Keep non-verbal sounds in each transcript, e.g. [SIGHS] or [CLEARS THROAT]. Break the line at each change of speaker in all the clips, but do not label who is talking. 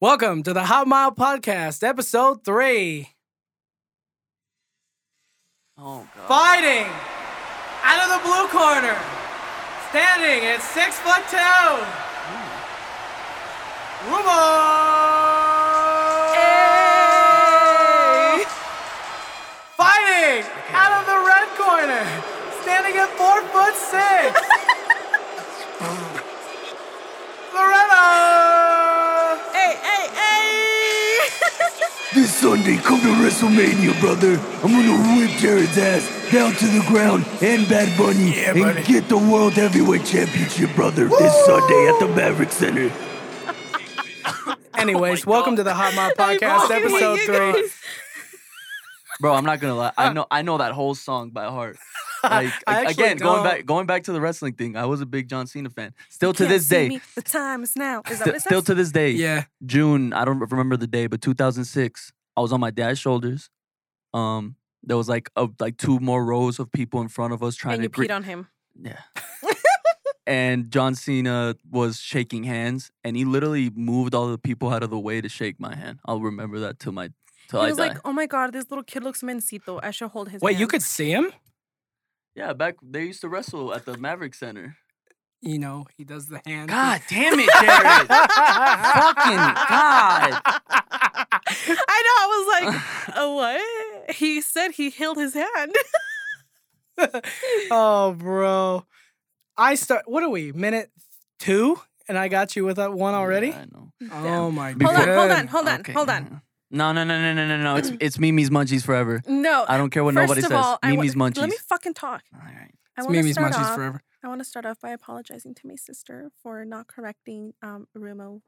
Welcome to the Hot Mile Podcast, episode three.
Oh god.
Fighting out of the blue corner, standing at six foot two, Rumor. Fighting out of the red corner, standing at four foot six,
[LAUGHS]
Loretta.
Hey, hey, hey!
This Sunday, come to WrestleMania, brother. I'm gonna whip Jared's ass down to the ground and Bad Bunny
Yeah, buddy.
and get the World Heavyweight Championship, brother, this Sunday at the
[LAUGHS]
[LAUGHS] Maverick Center.
Oh
Anyways, welcome to the Hot
[LAUGHS]
Mile Podcast,
fucking hate
episode
you
three.
Bro, I'm not gonna lie. I know I know that whole song by
[LAUGHS]
heart. Like
I
ag-
actually
again,
don't.
going back going back to the wrestling thing, I was a big John Cena fan. Still to
Can't
this
see
day.
me. The time is now. Is that
sti-
what it
still
says?
to this day.
Yeah,
June, I don't remember the day, but 2006, I was on my dad's shoulders. Um there was like a, like two more rows of people in front of us trying
and
to
you
greet
peed on him.
Yeah.
[LAUGHS]
and John Cena was shaking hands, and he literally moved all the people out of the way to shake my hand. I'll remember that till my till
he
I
was
die.
like, "Oh my god, this little kid looks mencito. I should hold his."
wait,
hand.
you could see him.
yeah, back they used to wrestle at the Maverick [LAUGHS] Center.
You know, he does the hand. [LAUGHS]
God damn it, Jared!
[LAUGHS]
Fucking
[LAUGHS] I know. I was
[LAUGHS]
like, "A what?" He said he held his hand. [LAUGHS]
oh, bro. I start. What are we? Minute two, and I got you with that one already.
Yeah, I know.
Oh my
hold
god.
on, hold on, hold on,
Okay,
hold on.
yeah. No, no, no, no, no, no,
[CLEARS THROAT]
no. It's it's Mimi's munchies forever.
No,
I don't care what
first
nobody
of
says.
all, I wa-
Mimi's munchies.
Let me fucking talk.
all right.
I
It's
want to
Mimi's
start
munchies
off. [LAUGHS]
forever.
I want to start off by apologizing to my sister for not correcting um Rumo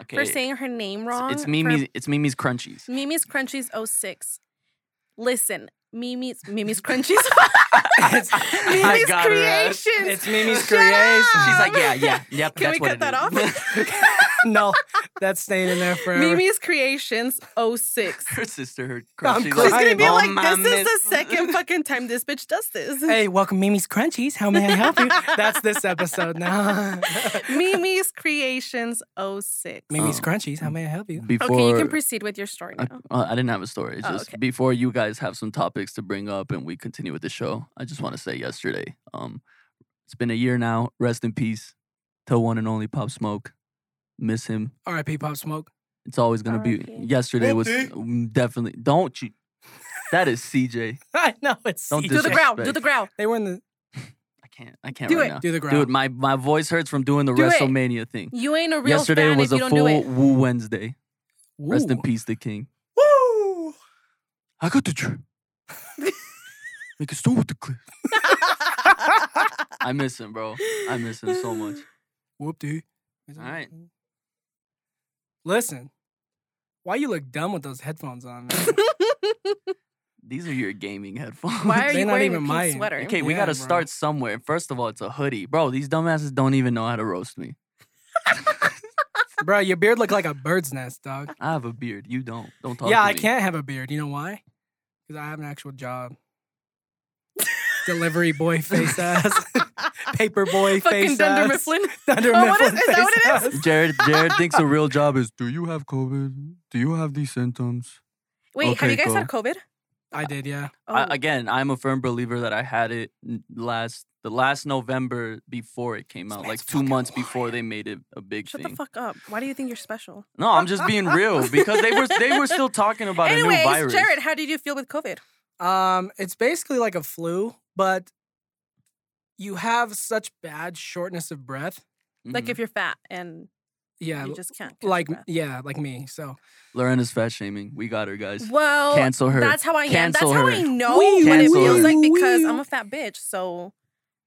Okay.
for saying her name
it's-
wrong.
it's
for-
Mimi's. It's Mimi's crunchies.
Mimi's Crunchies 06. Listen, Mimi's
[LAUGHS]
Mimi's Crunchies. oh
It's,
I
[LAUGHS] Mimi's
got her ass.
Creations.
it's Mimi's
[LAUGHS] Shut
creation.
up.
She's like, yeah, yeah, yep.
Can
that's
we
what
cut
it
that
is.
off?
no, that's staying in there forever.
Mimi's Creations
[LAUGHS]
06.
her sister, her
I'm
crush.
crying.
She's gonna be
Oh,
like,
my
this is the
miss- [LAUGHS]
second fucking time this bitch does this.
Hey, welcome Mimi's Crunchies. How may I help you? That's this episode
[LAUGHS]
now. [LAUGHS]
Mimi's Creations 06.
Mimi's
Oh.
Crunchies. How may I help you?
Before,
Okay, you can proceed with your story
I,
now.
uh, I didn't have a story. It's
Oh,
just
okay.
before you guys have some topics to bring up and we continue with the show, I just want to say yesterday, um, it's been a year now. Rest in peace to one and only Pop Smoke. Miss him.
R.I.P. Pop Smoke. [LAUGHS]
It's always gonna be.
R.I.P..
Yesterday was
R.I.P..
um, definitely. Don't you? That is CJ.
I know it's.
Don't
Do the growl. Do
disrespect.
the growl.
They were in the
I can't. I can't
Do
right
it.
now.
do the growl.
Dude, my, my voice hurts from doing the
Do it.
WrestleMania thing.
You ain't a real
Yesterday
fan
was
if
a
you don't do
full
it.
Woo Wednesday. Rest in
Ooh.
peace, the king.
Woo!
I got the trip. Make a stone with the cliff. I miss him, bro.
[LAUGHS]
I miss him so much.
Whoop dude.
All right.
Listen, why you look dumb with those headphones on? Man? [LAUGHS]
These are your gaming headphones. [LAUGHS]
Why are
They're
you
not
wearing
even
a
mine.
pink sweater? [LAUGHS]
okay, we
Yeah,
gotta
bro.
start somewhere. First of all, it's a hoodie, bro. These dumbasses don't even know how to roast me.
Bro, your beard look like a bird's nest, dog.
I have a beard. You don't. Don't talk.
yeah,
to
I
me.
can't have a beard. You know why? Because I have an actual job. Delivery
[LAUGHS]
boy face ass. [LAUGHS] Paper boy
Fucking
face
Dunder
ass.
Mifflin.
Thunder
Oh, what is-
Mifflin
is that
face
what it
ass.
Jared. Jared thinks a real job is. Do you have COVID? Do you have these symptoms?
Wait, have you
Okay,
guys had
cool.
COVID?
I did, yeah.
I,
Oh.
again, I'm a firm believer that I had it n- last the last November before it came
This
out,
man's
like two
fucking
months
lying.
before they made it a big
Shut
thing.
the fuck up. Why do you think you're special?
No, I'm just being real because they were they were still talking about a new
Anyways,
virus.
Jared, how did you feel with COVID?
Um, it's basically like a flu, but you have such bad shortness of breath.
Like
Mm-hmm.
if you're fat and
Yeah,
you just can't. catch
like
breath.
yeah, like me. So
Lorena's fat shaming, we got her guys.
well,
Cancel her.
that's how I am. That's
Cancel
how
her.
I know
Wee,
what it
Cancel
feels
her.
like because
wee.
I'm a fat bitch. So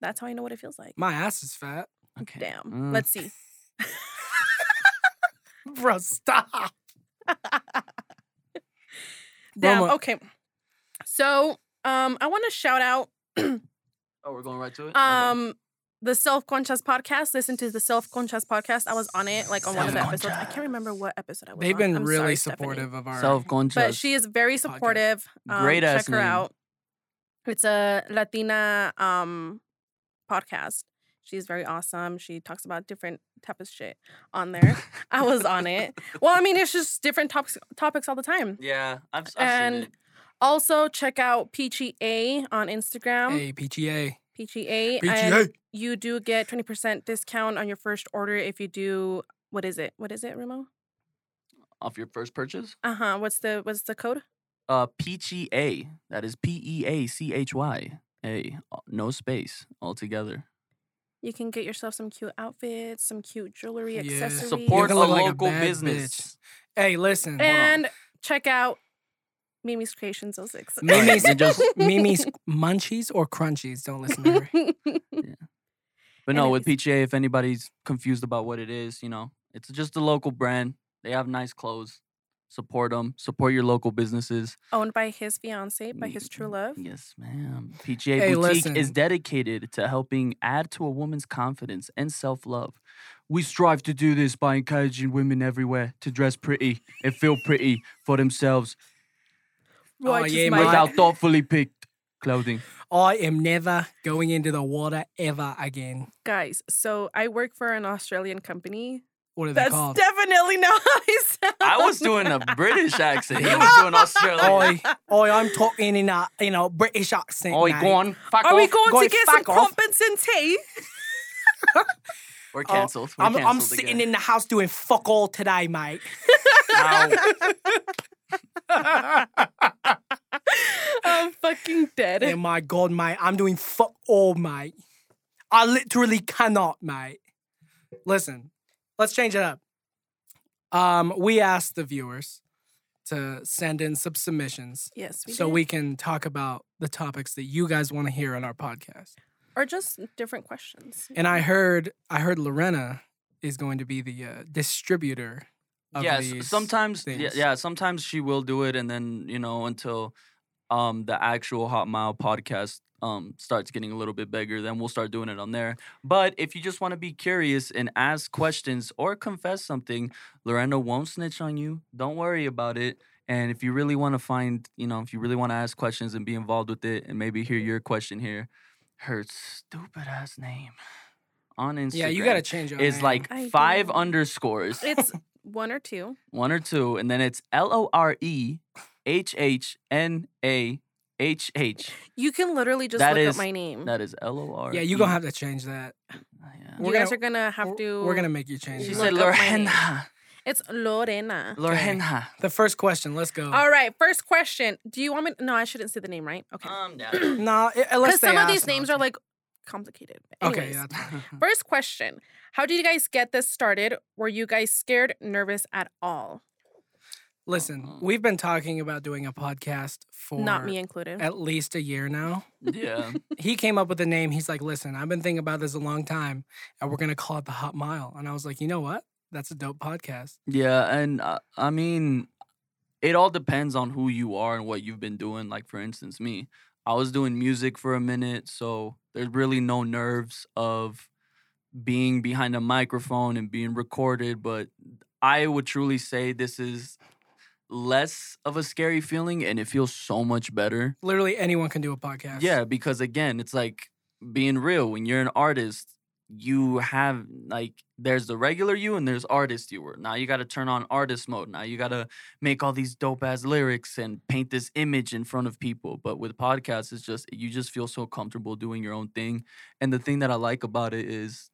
that's how I know what it feels like.
my ass is fat. [LAUGHS]
Okay.
Damn.
Mm.
Let's see.
Bro, stop.
Damn.
Roma-
Okay. So um, I want to shout out
Oh, we're going right to it.
um the Self Conchas podcast. Listen to the Self Conchas podcast. I was on it like on one of the episodes. I can't remember what episode I was.
They've
on.
been
I'm sorry,
really
Stephanie.
supportive of our
self conscious.
but she is very supportive. Um,
Great
check
ass
her
name.
out. It's a Latina um podcast. She's very awesome. She talks about different type of shit on there. I was on it. Well, I mean, it's just different topics topics all the time.
Yeah, I've, I've
And-
seen it.
Also, check out Peachy A on Instagram.
Hey, PTA.
Peachy A. And
PTA.
you do get 20% discount on your first order if you do what is it? What is it, Remo?
off your first purchase.
Uh-huh. What's the what's the code?
Uh, Peachy A. That is P E A C H Y A. uh, No space altogether.
You can get yourself some cute outfits, some cute jewelry,
Yeah.
accessories.
Support a
look like a
local
bad
business.
Hey, listen.
on.
and [LAUGHS] check out Mimi's Creations 06.
Mimi's, [LAUGHS]
Alright,
[LAUGHS]
now just-
Mimi's munchies or crunchies. Don't listen to
[LAUGHS]
her.
But no, with
Anyways.
Peachy A, if anybody's confused about what it is, you know, it's just a local brand. They have nice clothes. Support them. Support your local businesses.
Owned by his fiance, by his true love.
Mm-hmm. Yes, ma'am. PGA
Hey,
Boutique is
listen.
dedicated to helping add to a woman's confidence and self love. We strive to do this by encouraging women everywhere to dress pretty and feel pretty for themselves
Oh,
Righteous
yeah,
man.
mate.
without thoughtfully picked
[LAUGHS]
clothing.
I am never going into the water ever again.
Guys, so I work for an Australian company.
What are they
That's
called?
definitely not [LAUGHS] how I sound.
I was doing a British accent. He was
[LAUGHS]
doing Australian.
Oi, oi, I'm talking in a you know British accent.
Oi,
mate.
go on. Fuck
Are we
off.
going
Going
to get some
fuck off.
crumpets and tea?
We're
Oh,
canceled. We're
I'm, I'm
canceled
sitting
again.
in the house doing fuck all today, mate.
[LAUGHS] I'm fucking dead.
oh my god, mate, I'm doing fuck all, mate. I literally cannot, mate. Listen, let's change it up. Um, we asked the viewers to send in some submissions
Yes, we
so
did.
we can talk about the topics that you guys want to hear on our podcast.
or just different questions.
And I heard, I heard Lorena is going to be the uh, distributor. Of
yes
these.
sometimes yeah,
things.
yeah sometimes she will do it and then you know until um the actual hot mile podcast um starts getting a little bit bigger then we'll start doing it on there but if you just want to be curious and ask questions or confess something lorena won't snitch on you don't worry about it and if you really want to find you know if you really want to ask questions and be involved with it and maybe hear your question here her stupid ass name on instagram
yeah, you got to change it.
is like
I
five
do.
underscores
It's one or two.
one or two, and then it's L O R E H H N A H
[LAUGHS]
H.
You can literally just
That
look
is-
up my name.
That is L O R. E. Oh,
yeah, you gonna have to change that.
you
we're
guys
gonna-
are gonna have
We're-
to.
We're gonna make you change.
She
it.
Look
said
up my name.
Lorena.
It's Lorena.
Lorena.
the first question. Let's go. [LAUGHS]
All right, first question. Do you want me? No, I shouldn't say the name, right? Okay.
Uh,
Calm down.
No, i- unless
Because
they
some of
ask
these
them.
names are like complicated. But
Okay,
anyways,
yeah, that's
[LAUGHS]
fine.
First question How did you guys get this started? Were you guys scared, nervous at all?
Uh-huh.
Listen, we've been talking about doing a podcast for
Not me included.
at least a year now.
yeah.
He came up with the name. He's like, "Listen, I've been thinking about this a long time, and we're gonna call it the Hot Mile." And I was like, "You know what? That's a dope podcast."
Yeah, and uh, I mean, it all depends on who you are and what you've been doing. Like for instance, me, I was doing music for a minute, so there's really no nerves of being behind a microphone and being recorded. But I would truly say this is less of a scary feeling, and it feels so much better
Literally, anyone can do a podcast.
yeah, because again, it's like being real. When you're an artist, you have like there's the regular you and there's artist you were. Now you got to turn on artist mode. Now you got to make all these dope ass lyrics and paint this image in front of people. But with podcasts, it's just you just feel so comfortable doing your own thing. And the thing that I like about it is.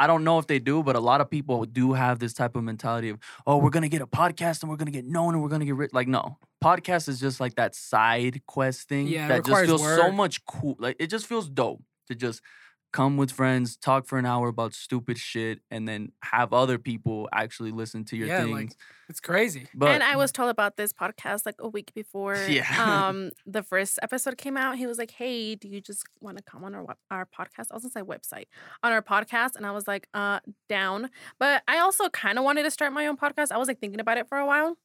I don't know if they do, but a lot of people do have this type of mentality of, oh, we're gonna get a podcast and we're gonna get known and we're gonna get rich. Like, no, podcast is just like that side quest thing
Yeah, it
that just
requires
feels so
work.
much cool. Like it just feels dope to just come with friends, talk for an hour about stupid shit, and then have other people actually listen to your
Yeah,
things.
like, it's crazy.
but
and I was told about this podcast like a week before
Yeah. [LAUGHS]
um the first episode came out. He was like, "Hey, do you just want to come on our web- our podcast?" I was gonna say website on our podcast, and I was like, "Uh, down." But I also kind of wanted to start my own podcast. I was like thinking about it for a while,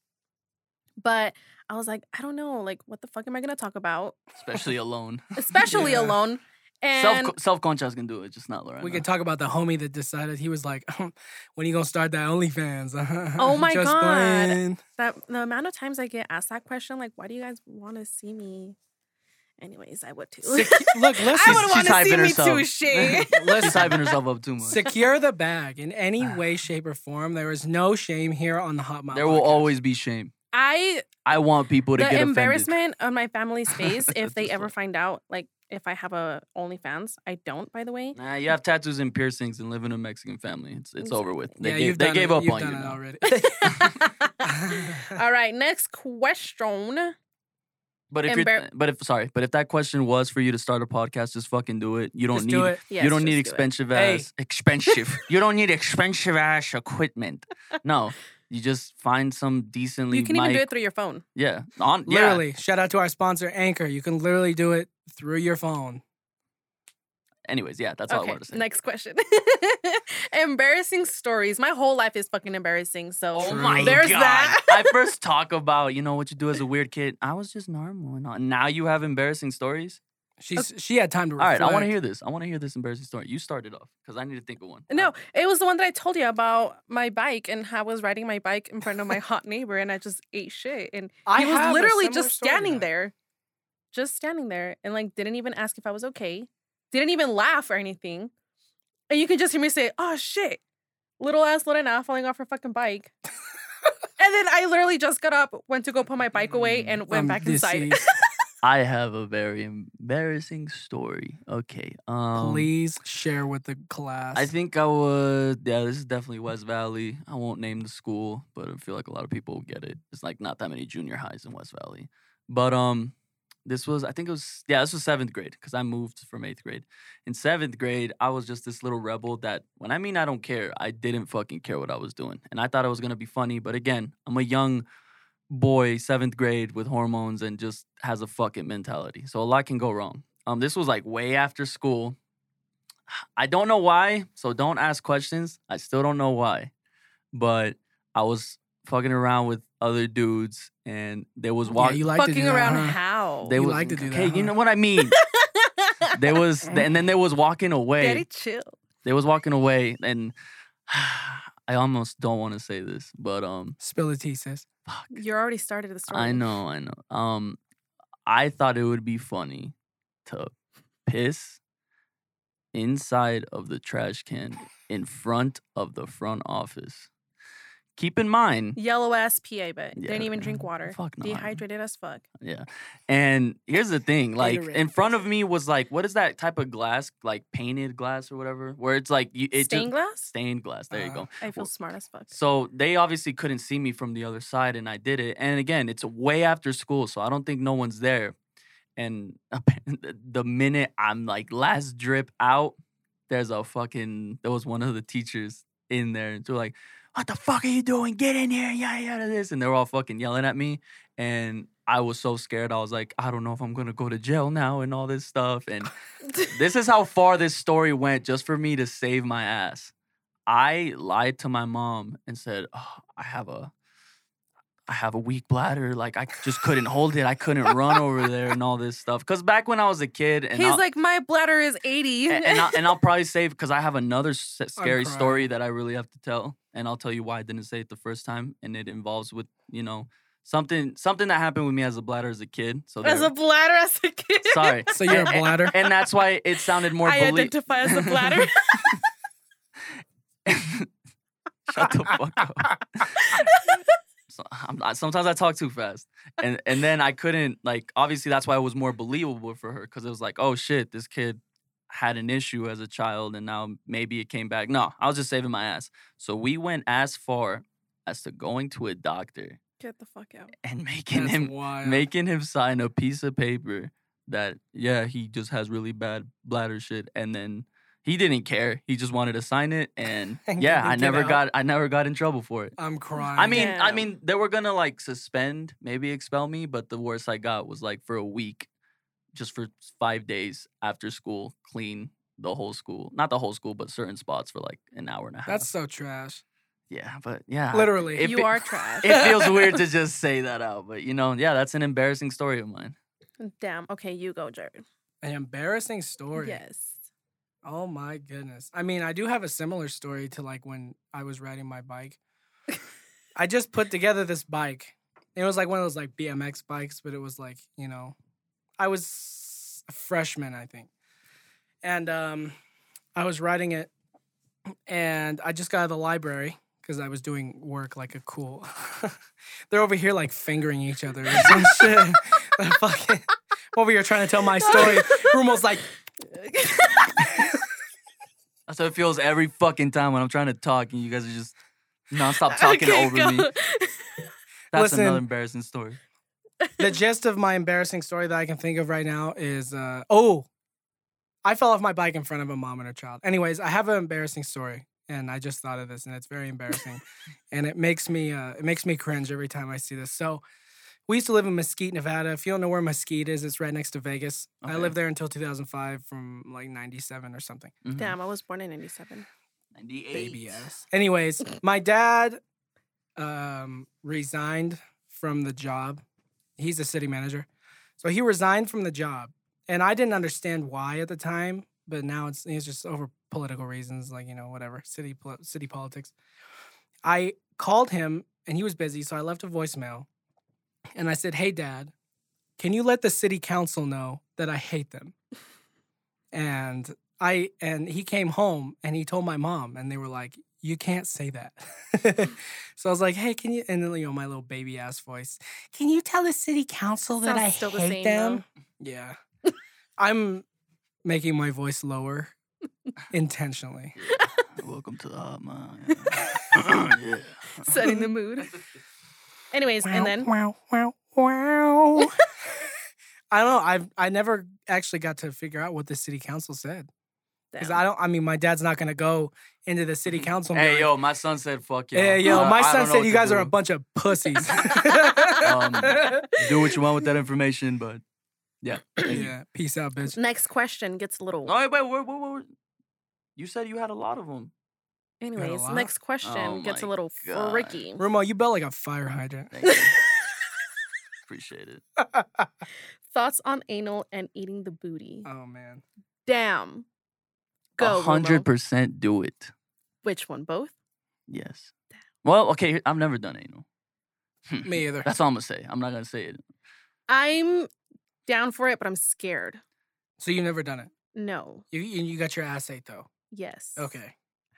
but I was like, I don't know, like what the fuck am I gonna talk about,
especially alone,
[LAUGHS]
especially
Yeah.
alone. And
self self conscious can do it, just not Lorena.
We could talk about the homie that decided he was like, [LAUGHS] "When you gonna start that OnlyFans?" [LAUGHS]
Oh my
Just
God.
playing.
that the amount of times I get asked that question, like, why do you guys want to see me? Anyways, I would too.
Sec- look,
I
listen.
She's-
would want
she's
to see
hyping
me
herself. [LAUGHS]
too, Shay.
She's
listen.
hyping herself up too much.
Secure the bag in any way, shape, or form. There is no shame here on the Hot Mom.
Ah. There will
Podcast.
always be shame.
[LAUGHS] I
I want people to
the
get offended.
embarrassment on
[LAUGHS]
my family's face if they
Just
ever
like-
find out, like if I have a OnlyFans. I don't, by
[LAUGHS]
the way.
Nah, you have tattoos and piercings and live in a Mexican family. It's it's over with. They
yeah,
gave,
you've
they
done
gave
it.
up
you've
on you.
done
now.
it already. [LAUGHS]
All right, next question.
But if you're,
Embar-
but if sorry, but if that question was for you to start a podcast, just fucking do it. You don't
Just
need
do it.
Yes,
you don't need
just do it.
expensive
Hey.
ass
[LAUGHS]
expensive. you don't need expensive ass equipment. No, you just find some decently.
You can even do
mic-
it through your phone.
Yeah, on [LAUGHS] yeah.
Literally, shout out to our sponsor Anchor. You can literally do it through your phone.
Anyways, yeah, that's all I
Okay,
wanted to say.
next question. [LAUGHS] embarrassing stories. My whole life is fucking embarrassing. So
Oh my
there's that.
I first talk about you know what you do as a weird kid. I was just normal and all. Now you have embarrassing stories.
She's she had time to.
All right,
Reflect.
I want to hear this. I want to hear this embarrassing story. You started off because I need to think of one.
No, it was the one that I told you about my bike and how I was riding my bike in front of my hot neighbor and I just ate shit. And
I
he was
have a
literally
similar
just
story to
standing
that.
there, just standing there and like didn't even ask if I was okay, didn't even laugh or anything. And you can just hear me say, oh shit, little ass Lorena falling off her fucking bike. and then I literally just got up, went to go put my bike away and went
Um,
back
this
inside.
is-
I have a very embarrassing story. Okay, [LAUGHS] um,
please share with the class.
I think I would. Yeah, this is definitely West Valley. I won't name the school, but I feel like a lot of people get it. It's like not that many junior highs in West Valley. But um, this was I think it was yeah this was seventh grade because I moved from eighth grade. In seventh grade, I was just this little rebel that when I mean I don't care, I didn't fucking care what I was doing, and I thought it was gonna be funny. But again, I'm a young boy, seventh grade with hormones and just has a fucking mentality. So a lot can go wrong. Um, this was like way after school. I don't know why, so don't ask questions. I still don't know why, but I was fucking around with other dudes, and there was
Oh, yeah,
walk.
you like to
Fucking
do that,
around
huh?
how? [LAUGHS]
they
You
was,
like to do that,
okay, you
huh?
know what I mean. there
[LAUGHS]
was, and then there was walking away.
Daddy chill.
They was walking away, and [SIGHS] I almost don't want to say this, but um,
Spill the tea,
[LAUGHS]
sis.
You already started the story.
I know, I know. Um, I thought it would be funny to piss inside of the trash can in front of the front office. Keep in mind,
Yellow ass PA, but
Yeah,
didn't even
yeah.
drink water.
Fuck no.
Dehydrated as fuck.
yeah. And here's the thing, like
Gatorade.
in front of me was like, what is that type of glass, like painted glass or whatever, where it's like you, it
Stained Uh-huh.
just,
glass?
stained glass. There you
Uh,
go.
I feel
Well,
smart as fuck.
So they obviously couldn't see me from the other side, and I did it. And again, it's way after school, so I don't think no one's there. And [LAUGHS] apparent- the minute I'm like last drip out, there's a fucking there was one of the teachers in there, and they're like, "What the fuck are you doing? Get in here! Yada yada this!" And they're all fucking yelling at me, and I was so scared. I was like, "I don't know if I'm gonna go to jail now and all this stuff." And
[LAUGHS]
this is how far this story went just for me to save my ass. I lied to my mom and said, oh, I have a I have a weak bladder. Like I just couldn't hold it. I couldn't run over there and all this stuff. Cause back when I was a kid and
He's
I'll,
like, my bladder is 80.
a-
[LAUGHS]
and, I'll, and I'll probably save because I have another s-
crying.
scary story that I really have to tell, and I'll tell you why I didn't say it the first time, and it involves with you know something something that happened with me as a bladder as a kid. So
as
there-
a bladder as a kid. [LAUGHS]
sorry,
So you're a bladder.
and that's why it sounded more.
I
belie-
identify as a
[LAUGHS]
bladder.
Shut the fuck up. So- I'm- I- sometimes I talk too fast, and and then I couldn't like. Obviously, that's why it was more believable for her because it was like, oh shit, this kid had an issue as a child, and now maybe it came back. No, I was just saving my ass. So we went as far as to going to a doctor
Get the fuck out.
and [LAUGHS] making
That's
him
wild.
making him sign a piece of paper that yeah he just has really bad bladder shit and then he didn't care he just wanted to sign it and
[LAUGHS] And
yeah
get-
i
and get
never
out.
got i never got in trouble for it
I'm crying.
i mean i
Damn.
mean they were gonna like suspend maybe expel me but the worst i got was like for a week just for five days after school clean the whole school not the whole school but certain spots for like an hour and a half
that's so trash.
yeah but yeah
Literally,
Ah, If
you
it- [LAUGHS]
are trash.
it
[LAUGHS]
feels weird to just say that out but you know yeah that's an embarrassing story of mine
Damn. Okay, you go, Jared.
an embarrassing story.
Yes.
Oh my goodness. I mean, I do have a similar story to like when I was riding my bike. I just put together this bike. It was like one of those like BMX bikes, but it was like, you know, I was was a freshman, I think. And um, I was writing it, and I just got out of the library because I was doing work like a cool. [LAUGHS] They're over here like fingering each other and some shit. [LAUGHS] They're fucking over here trying to tell my story. Rumo's like,
That's how it feels every fucking time when I'm trying to talk and you guys are just
[LAUGHS]
nonstop talking
Okay,
over
go.
me. Mm. That's
Listen.
another embarrassing story.
the gist of my embarrassing story that I can think of right now is uh, oh, I fell off my bike in front of a mom and her child. Anyways, I have an embarrassing story, and I just thought of this, and it's very embarrassing, and it makes me uh, it makes me cringe every time I see this. So. We used to live in Mesquite, Nevada. If you don't know where Mesquite is, it's right next to Vegas. I
Okay.
lived there until 2005, from like 97 or something.
Mhm.
Damn, I was born in 97.
98.
baby ass. Anyways, my dad um, resigned from the job. He's a city manager, so he resigned from the job, and I didn't understand why at the time. But now it's it's just over political reasons, like you know whatever city pol- city politics. I called him and he was busy, so I left a voicemail, and I said, "Hey, Dad, can you let the city council know that I hate them?" And I and he came home and he told my mom, and they were like, "You can't say that." [LAUGHS] so I was like, "Hey, can you?" And then you know my little baby ass voice, "Can you tell the city council that
Sounds
I
still the
hate
same,
them?" Yeah, I'm making my voice
[LAUGHS]
lower intentionally.
Welcome to uh, the
[LAUGHS]
hotline. [LAUGHS]
Setting the mood. Anyways, and then
wow, wow,
[LAUGHS]
wow. I don't know. I've I never actually got to figure out what the city council said because
Damn.
I don't. I mean, my dad's not gonna go into the
Mm-hmm.
city council. and be
Hey
like,
yo, my son said fuck you.
Hey, yo, my son said you guys are a bunch of
[LAUGHS]
pussies.
Um,
[LAUGHS]
[LAUGHS] Do what you want with that information, but yeah. thank you.
yeah, peace out, bitch.
next question gets a little.
No, Oh, wait, wait, wait, wait, wait. You said you had a lot of them.
Anyways,
lot?
next question
Oh
gets a
my
little
God.
freaky.
Rumo, you built like a fire hydrant. [LAUGHS]
Thank you. Appreciate it.
Thoughts on anal and eating the booty?
Oh man,
Damn.
Uh A
Go.
hundred
Rumo.
percent do it.
Which one? Both?
Yes. Well, okay, here- I've never done anal. Hmm.
[LAUGHS]
me either.
That's all I'm gonna say. I'm not gonna say it.
I'm down for it, but I'm scared.
So you've never done it.
No.
You you you got your ass ate though.
Yes.
Okay,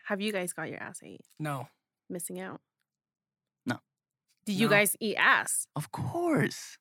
Have you guys got your ass ate?
no.
Missing out?
No.
Do you
No.
guys eat ass?
Of course.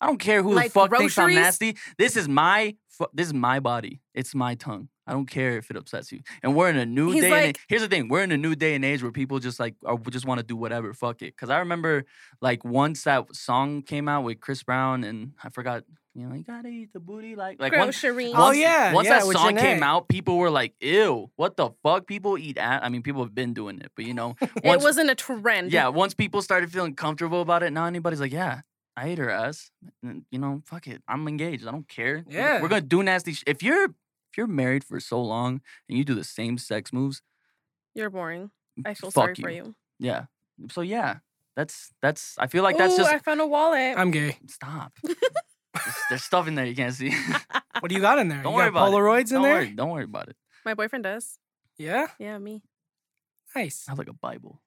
I don't care who the
Like
fuck thinks I'm
groceries?
nasty. This is my fu- this is my body. It's my tongue. I don't care if it upsets you. And we're in a new
He's
day. and
like-
a- here's the thing: we're in a new day and age where people just like are, just want to do whatever. Fuck it. Because I remember like once that song came out with Chris Brown and I forgot. You know, you gotta eat the booty like like once-
Groceries.
Oh
Once-
yeah,
Once
yeah,
that
with
song
Janae.
came out, people were like, "Ew, what the fuck?" People eat at. I mean, people have been doing it, but you know, once,
[LAUGHS] it wasn't a trend.
yeah. Once people started feeling comfortable about it, now anybody's like, "Yeah, I ate her ass." And, you know, fuck it. I'm engaged. I don't care. We're-
Yeah.
we're gonna do nasty. Sh- if you're if you're married for so long and you do the same sex moves,
You're boring. I feel
fuck
sorry
you.
for you.
Yeah. So yeah, that's that's. I feel like that's
Ooh,
just
I found a wallet.
I'm gay.
stop. There's- There's stuff in there you can't see. [LAUGHS]
What do you got in there?
Don't
you
worry
got
about it.
Polaroids in
don't
there.
worry. Don't worry about it.
My boyfriend does.
Yeah,
Yeah, me.
nice.
I have like a Bible.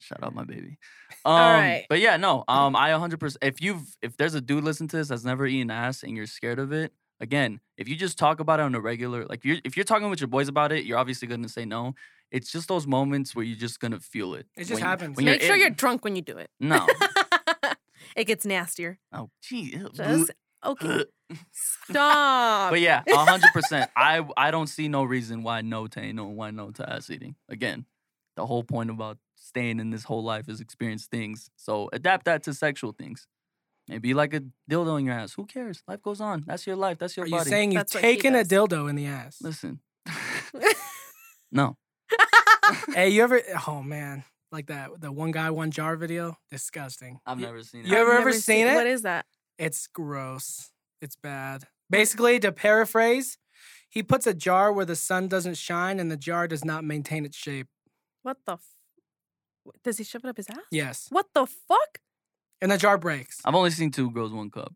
Shout out my baby. Um,
Alright.
But yeah, no. Um, I 100%. If you've, if there's a dude listening to this that's never eaten ass and you're scared of it, again, if you just talk about it on a regular, like you're, if you're talking with your boys about it, you're obviously gonna say no. It's just those moments where you're just gonna feel it.
It just
when-
happens.
when
Make sure
in.
you're drunk when you do it.
No.
[LAUGHS] it gets nastier.
Oh, gee. ew, [LAUGHS]
Just okay.
bleh.
Stop.
But yeah, hundred percent. I I don't see no reason why no to anal and why no to ass eating. Again, the whole point about staying in this whole life is experience things. So adapt that to sexual things. Maybe like a dildo in your ass. Who cares? Life goes on. That's your life. That's your
Are you
body.
saying you've
That's what he
taken a
does.
dildo in the ass? [LAUGHS]
Listen.
[LAUGHS]
no.
Hey, you ever? Oh man, like that the one guy one jar video. Disgusting.
I've
You-
never seen
you
it.
ever-
I've
ever seen it?
What is that?
It's gross. It's bad. Basically, to paraphrase, he puts a jar where the sun doesn't shine and the jar does not maintain its shape.
What the? F- Does he shove it up his ass?
Yes.
What the fuck?
And the jar breaks.
I've only seen two girls, one cup.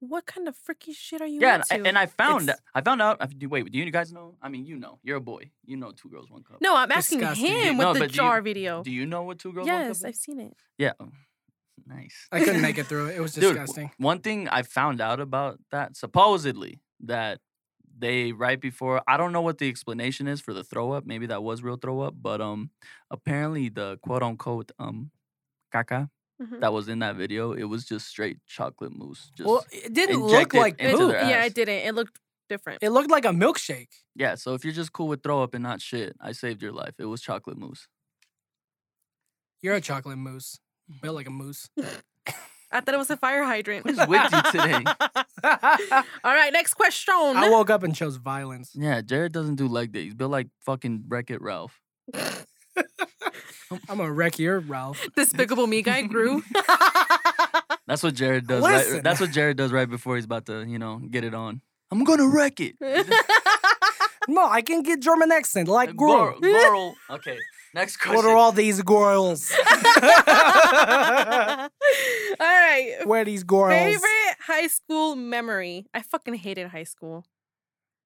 What kind of freaky shit are you?
yeah, and
into?
I, and I found
It's-
I found out. I, do- wait, do you guys know? I mean, you know, you're a boy. You know, two girls, one cup.
No, I'm asking
Disgusting.
him
No,
with the
but do you-
jar video.
Do you know what two girls, one cup?
yes,
is?
I've seen it.
Yeah. oh, Nice.
I couldn't make it through it. It was
[LAUGHS] Dude, w-
disgusting.
one thing I found out about that supposedly that they right before I don't know what the explanation is for the throw up. Maybe that was real throw up, but um apparently the quote unquote um caca
Mhm.
that was in that video, it was just straight chocolate mousse. Just
Well, it didn't look
inject it
like
into
poop.
their
yeah,
ass.
it didn't. It looked different.
It looked like a milkshake.
yeah, so if you're just cool with throw up and not shit, I saved your life. It was chocolate mousse.
You're a chocolate mousse.
Mm-hmm.
Built like a [LAUGHS]
[LAUGHS]
moose.
I thought it was a fire hydrant.
What is with you today?
[LAUGHS] All right, next question.
I woke up and chose
[LAUGHS]
violence.
Yeah, Jared doesn't do leg day. He's built like fucking Wreck It Ralph.
I'm gonna wreck your Ralph.
Despicable Me
[LAUGHS]
guy [LAUGHS] grew.
That's what Jared does. Right,
Listen.
that's what Jared does right before he's about to, you know, get it on. I'm gonna wreck it.
No, I can get German accent like
Gor-
Goro.
Goral. Uh, Okay.
[LAUGHS]
Next question.
What are all these
[LAUGHS]
girls?
All right.
Where are these girls?
Favorite high school memory. I fucking hated high school.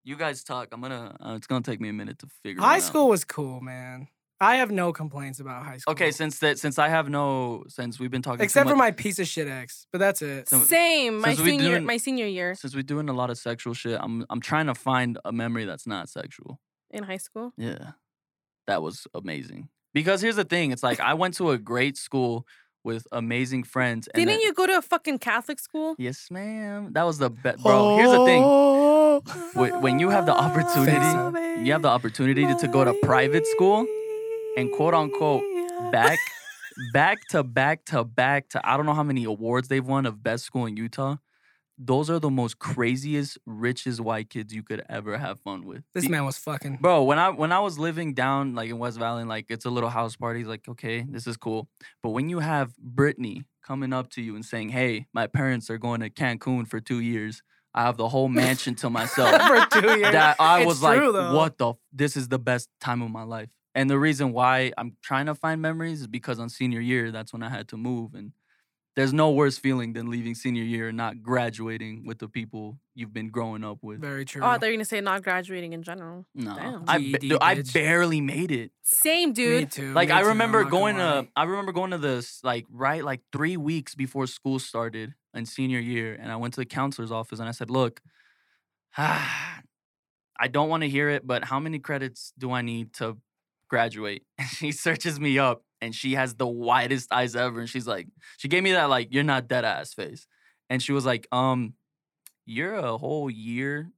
You guys talk. I'm gonna. Uh, it's gonna take me a minute to figure.
High
it out.
school was cool, man. I have no complaints about high school. [LAUGHS]
Okay, since that, since I have no, since we've been talking,
except
so
for
much,
my piece of shit ex, but that's it.
So-
Same. My
since we
senior
doing-
my senior year
since we're doing a lot of sexual shit, I'm I'm trying to find a memory that's not sexual.
in high school.
Yeah, that was amazing. Because here's the thing, it's like I went to a great school with amazing friends. And
Didn't
then-
you go to a fucking Catholic school? [LAUGHS]
Yes, ma'am. That was the best, bro. Here's the
Oh.
thing.
Oh,
Wh- when you have the opportunity, you have the opportunity to, to go to private school and quote unquote back, back to back to back to I don't know how many awards they've won of best school in Utah. Those are the most craziest, richest white kids you could ever have fun with.
This
Be-
man was fucking.
Bro, when I when I was living down like in West Valley, like it's a little house party, like okay, this is cool. But when you have Brittany coming up to you and saying, "Hey, my parents are going to Cancun for two years. I have the whole mansion to
[LAUGHS]
myself."
for two years.
that I
It's
was
true,
like,
though.
"What the? F- this is the best time of my life." And the reason why I'm trying to find memories is because on senior year, that's when I had to move, and there's no worse feeling than leaving senior year and not graduating with the people you've been growing up with.
Very true.
Oh, I thought you were gonna say not graduating in general.
No,
Damn.
I, ba-
GED,
dude, I
bitch.
barely made it.
Same
Me
dude.
too.
Like
me
I
too, I'm
remember
not gonna
going uh, to,
lie.
I remember going to this like right like three weeks before school started in senior year, and I went to the counselor's office and I said, "Look, [SIGHS] I don't want to hear it, but how many credits do I need to graduate?" [LAUGHS] And she searches me up, and she has the widest eyes ever, and she's like, she gave me that like you're not dead ass face, and she was like, um, you're a whole year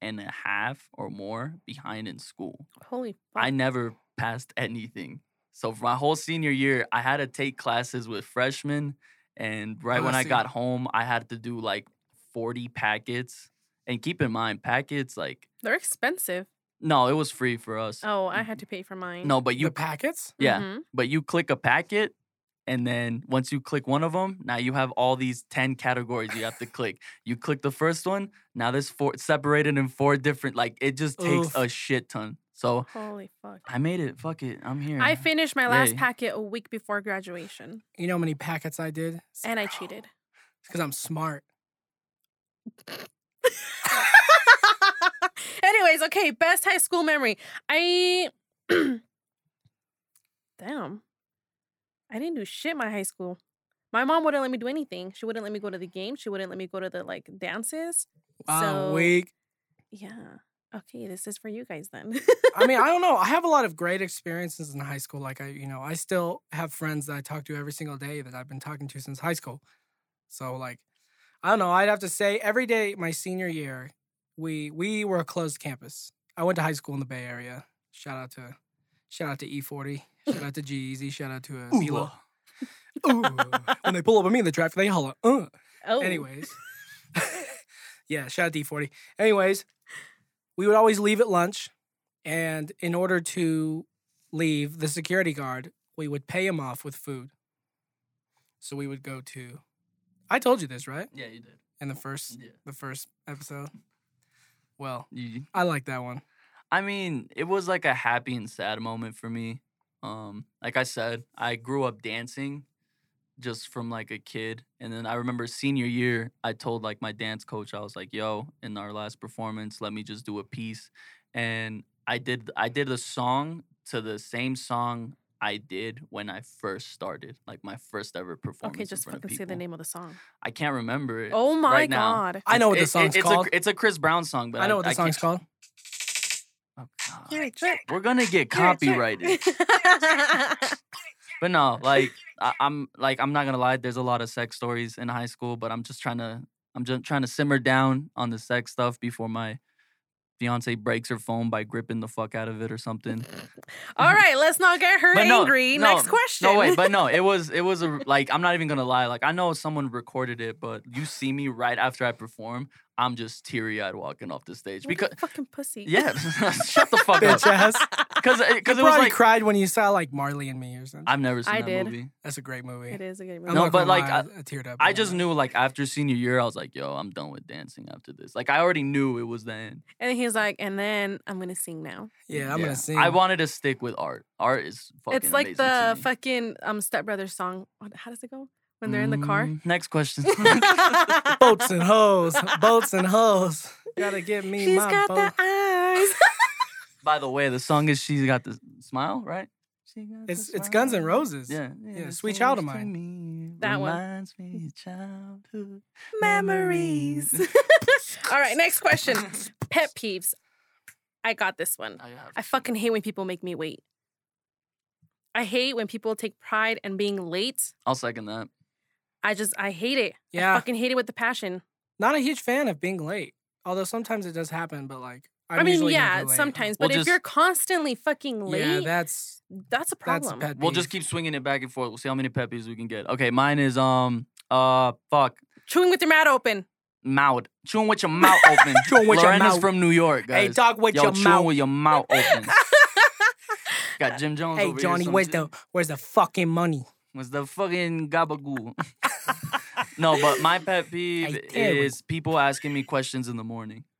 and a half or more behind in school.
Holy fuck.
I never passed anything. So for my whole senior year, I had to take classes with freshmen, and right when
Oh, I
I
see.
got home, I had to do like forty packets. And keep in mind, packets like
They're expensive.
no, it was free for us.
Oh, I had to pay for mine.
No, but
The
you
packets.
yeah,
Mhm.
but you click a packet. And then once you click one of them, now you have all these 10 categories you have to click. You click the first one, now there's four separated in four different, like it just takes
Oof.
a shit ton. So
Holy fuck.
I made it. Fuck it. I'm here.
I finished my last
Yay.
packet a week before graduation,
You know how many packets I did?
and I cheated.
Because I'm smart.
[LAUGHS] Anyways, okay, best high school memory. I [CLEARS THROAT] damn, I didn't do shit my high school. My mom wouldn't let me do anything. She wouldn't let me go to the game. She wouldn't let me go to the like dances.
Wow,
Ah,
So-
weak.
Yeah. Okay, this is for you guys then. [LAUGHS]
I mean, I don't know. I have a lot of great experiences in high school. Like I, you know, I still have friends that I talk to every single day that I've been talking to since high school. So like, I don't know. I'd have to say every day my senior year, we we were a closed campus. I went to high school in the Bay Area. Shout out to, shout out to E40. Shout out to G Easy. Shout out to uh, Milo. Ooh. when they pull up at me in the traffic, they holler. Uh.
oh,
Anyways. [LAUGHS] yeah, shout out D40. Anyways, we would always leave at lunch. And in order to leave the security guard, we would pay him off with food. So we would go to I told you this, right?
Yeah, you did.
In the first
Yeah.
the first episode. Well,
You,
I like that one.
I mean, it was like a happy and sad moment for me. Um, like I said, I grew up dancing just from like a kid. And then I remember senior year, I told like my dance coach, I was like, yo, in our last performance, let me just do a piece. And I did I did a song to the same song I did when I first started, like my first ever performance.
Okay, just
in front of
fucking say the
people.
name of the song.
I can't remember it.
Oh my
right now. Ah,
god.
I know what the
It- it-
song's
it's
called.
A, it's a Chris Brown song, but
I know what the
I
song's
can't- [LAUGHS]
called.
Oh, God. We're gonna get
You're a jerk.
copyrighted.
[LAUGHS]
but no, like I, I'm like I'm not gonna lie. There's a lot of sex stories in high school, but I'm just trying to I'm just trying to simmer down on the sex stuff before my fiance breaks her phone by gripping the fuck out of it or something.
All right, let's not get her
But no,
angry.
no,
Next question.
No way, but no, it was it was a like I'm not even gonna lie. Like I know someone recorded it, but you see me right after I perform, I'm just teary eyed walking off the stage
[LAUGHS] What a
because
fucking pussy.
yeah, [LAUGHS] shut the fuck up.
Bitch [LAUGHS] ass.
Because
You
because it
probably
was like
cried when you saw like Marley and Me or something.
I've never seen
I
that
did.
movie.
That's a great movie.
It is a good
I'm
movie.
No,
not
but,
gonna
like,
lie,
I-
I, teared up.
I
when
just
that.
knew like after senior year, I was like, yo, I'm done with dancing after this. Like I already knew it was the end.
And he's like, and then I'm gonna sing now.
Yeah, I'm gonna sing.
I wanted to stick with art. Art is fucking.
it's like
amazing to
the
me.
fucking um Step Brothers song. What- How does it go? When they're in the car.
Mm,
[LAUGHS]
Next question. [LAUGHS]
Mm.
[LAUGHS]
boats and hoes, boats and hoes. Gotta get me
She's
my
got
boat.
the eyes.
[LAUGHS]
[LAUGHS]
By the way, the song is "She's Got the Smile," right? She got the
It's it's Guns N'
smile.
Roses.
Yeah,
yeah, Sweet Child of Mine.
That one.
Reminds me of childhood
Memories. [LAUGHS] All right,
[LAUGHS]
next question.
[LAUGHS]
Pet peeves. I got this one. I fucking hate when people make me wait. I hate when people take pride in being late.
I'll second that.
I just I hate it.
[LAUGHS]
Yeah,
Fucking hate it with the passion.
not a huge fan of being late. Although sometimes it does happen, but like
i
I'm
mean,
usually gonna
yeah,
be late.
sometimes.
Well,
But if
just-
you're constantly fucking
Yeah,
late,
that's
that's a
that's
problem.
a pet
We'll just
peeve.
keep swinging it back and forth. We'll see how many peppies we can get. Okay, mine is um uh fuck
Chewing with your mouth open.
mouth chewing with your mouth [LAUGHS] open.
Chewing with your
Lorena's
mouth.
from New York, guys.
Hey, talk with
Yo,
your
chewing
mouth.
with your mouth
[LAUGHS]
open. Got Jim Jones.
Hey
over
Johnny,
here,
where's
some
the where's the fucking money?
Was the fucking gabagoo. no, but my
[LAUGHS]
pet peeve
Terry.
is people asking me questions in the morning.
[LAUGHS]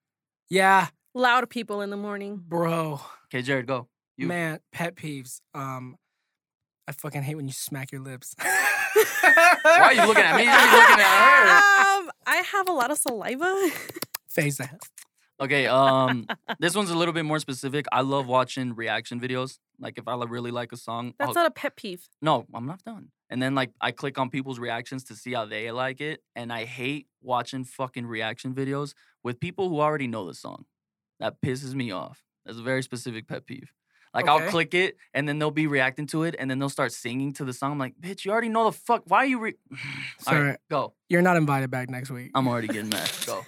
Yeah,
Loud people in
[LAUGHS]
the morning.
bro.
Okay, Jared, go. You.
Man, pet peeves. Um, I fucking hate when you smack your lips. [LAUGHS]
Why are you looking at me? Why are you looking at her?
Um, I have a lot of saliva. [LAUGHS]
Face that. [LAUGHS]
Okay, um, this one's a little bit more specific. I love watching reaction videos. Like if I li- really like a song, oh, I'll-
That's not a pet peeve.
no, I'm not done. And then like I click on people's reactions to see how they like it, and I hate watching fucking reaction videos with people who already know the song. That pisses me off. That's a very specific pet peeve. Like
Okay.
I'll click it, and then they'll be reacting to it, and then they'll start singing to the song. I'm like, bitch, you already know the fuck. Why are you? Re- [SIGHS] All right,
Sorry.
go.
You're not invited back next week.
I'm already getting mad.
[LAUGHS]
Go.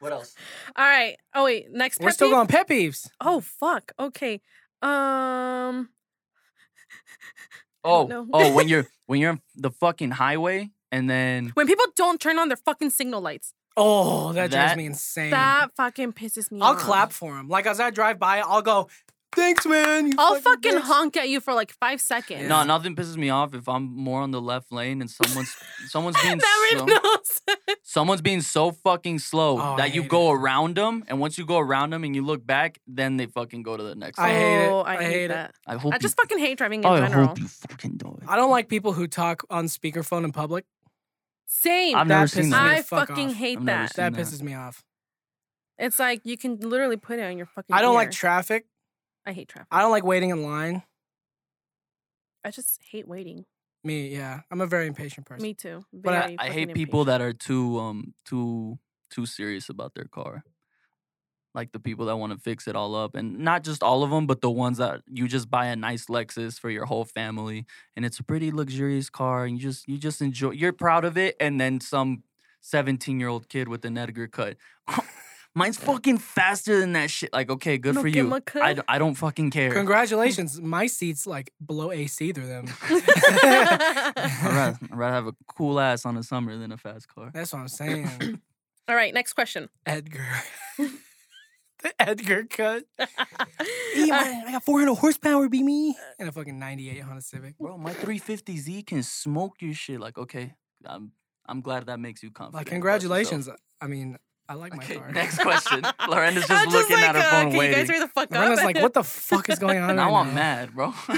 What else?
All right. Oh wait, next
We're
pet
still
peeve?
going pet peeves.
Oh fuck. Okay. Um
Oh,
know.
oh, when you're when you're on the fucking highway, and then
when people don't turn on their fucking signal lights.
Oh, that, drives
That-
me insane.
That fucking pisses me
I'll
off.
clap for him. Like as I drive by, I'll go, "Thanks, man." you
I'll fucking
bitch."
honk at you for like five seconds. [LAUGHS]
no, nothing pisses me off if I'm more on the left lane and someone's someone's being
[LAUGHS] That
slow.
made no sense.
Someone's being so fucking slow
Oh, I
that you
hate
go around them, and once you go around them and you look back, then they fucking go to the next.
I
one.
hate it.
Oh, I,
I
hate,
hate it.
that.
I hope.
I just
you, Oh,
fucking hate driving in
I
general.
hope you fucking do it.
I don't like people who talk on speakerphone in public.
Same.
I've never
that
seen
pisses
that.
me
I
the fuck
fucking
off.
hate
I've never
that.
seen-
That
that.
pisses me off.
It's like you can literally put it on your fucking.
I don't
ear.
like traffic.
I hate traffic.
I don't like waiting in line.
I just hate waiting.
Me, yeah. I'm a very impatient person.
Me too.
But I-
I, I hate people that are too um too too serious about their car. Like the people that want to fix it all up, and not just all of them, but the ones that you just buy a nice Lexus for your whole family, and it's a pretty luxurious car, and you just you just enjoy, you're proud of it, and then some seventeen year old kid with an Edgar cut, [LAUGHS] mine's fucking faster than that shit. Like, okay, good
Look
for
at
you.
my cut.
I, d- I don't fucking care.
Congratulations, my seats like blow AC through
[LAUGHS]
them. [LAUGHS]
[LAUGHS] I'd rather, I'd rather have a cool ass on a summer than a fast car.
That's what I'm
[LAUGHS]
saying.
All right, next question.
Edgar. [LAUGHS] the Edgar cut. Hey,
[LAUGHS]
Uh,
man, I got 400 horsepower, be me. And a fucking 98 Honda Civic.
Bro, my 350Z can smoke your shit. Like, okay, I'm I'm glad that makes you confident.
Like,
about
congratulations.
yourself.
I mean, I like my
Okay,
car. [LAUGHS]
[LAUGHS]
next question. Lorena's just,
I'm
looking
like,
at her
uh,
phone
can
waiting.
you guys hurry the fuck up?
Lorena's like, what the fuck is
[LAUGHS]
going on?
now
right
I'm mad, bro. [LAUGHS]
[LAUGHS]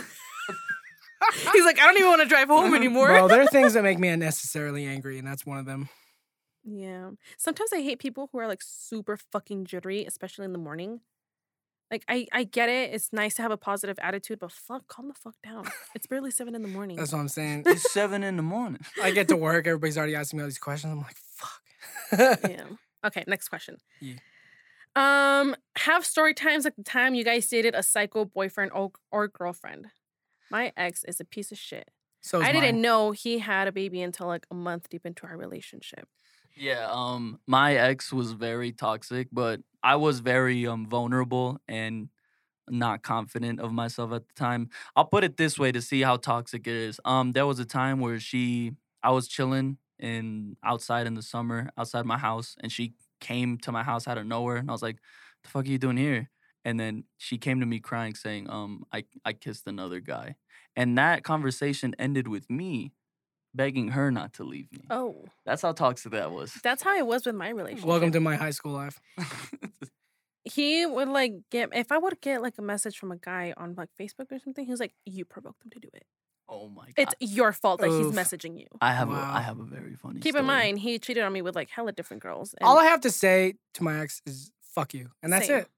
He's like, I don't even want to
[LAUGHS]
drive home anymore.
Bro, there are things that make me unnecessarily angry, and that's one of them.
Yeah. Sometimes I hate people who are like super fucking jittery, especially in the morning. Like I, I get it. It's nice to have a positive attitude, but fuck, calm the fuck down. It's barely seven in the morning.
That's what I'm saying.
It's seven in the morning.
I get to work, everybody's already asking me all these questions. I'm like, fuck. [LAUGHS]
yeah. Okay, next question.
Yeah.
Um, have story times at the time you guys dated a psycho boyfriend or, or girlfriend. My ex is a piece of shit.
so
I didn't
know.
know he had a baby until like a month deep into our relationship.
Yeah, um my ex was very toxic, but I was very um vulnerable and not confident of myself at the time. I'll put it this way to see how toxic it is. Um there was a time where she I was chilling in outside in the summer, outside my house, and she came to my house out of nowhere and I was like, the fuck are you doing here? And then she came to me crying saying, um, I, I kissed another guy. And that conversation ended with me begging her not to leave me.
Oh,
That's how toxic that was.
that's how it was with my relationship.
Welcome to my high school life.
he would like get if I would get like a message from a guy on like Facebook or something, he was like, "You provoked him to do it.
[LAUGHS] oh my god.
It's your fault that
Oof.
he's messaging you."
I have a
Wow.
I have a very funny
Keep
story.
in mind, he cheated on me with like hella different girls.
All I have to say to my ex is fuck you. And that's
Same.
it.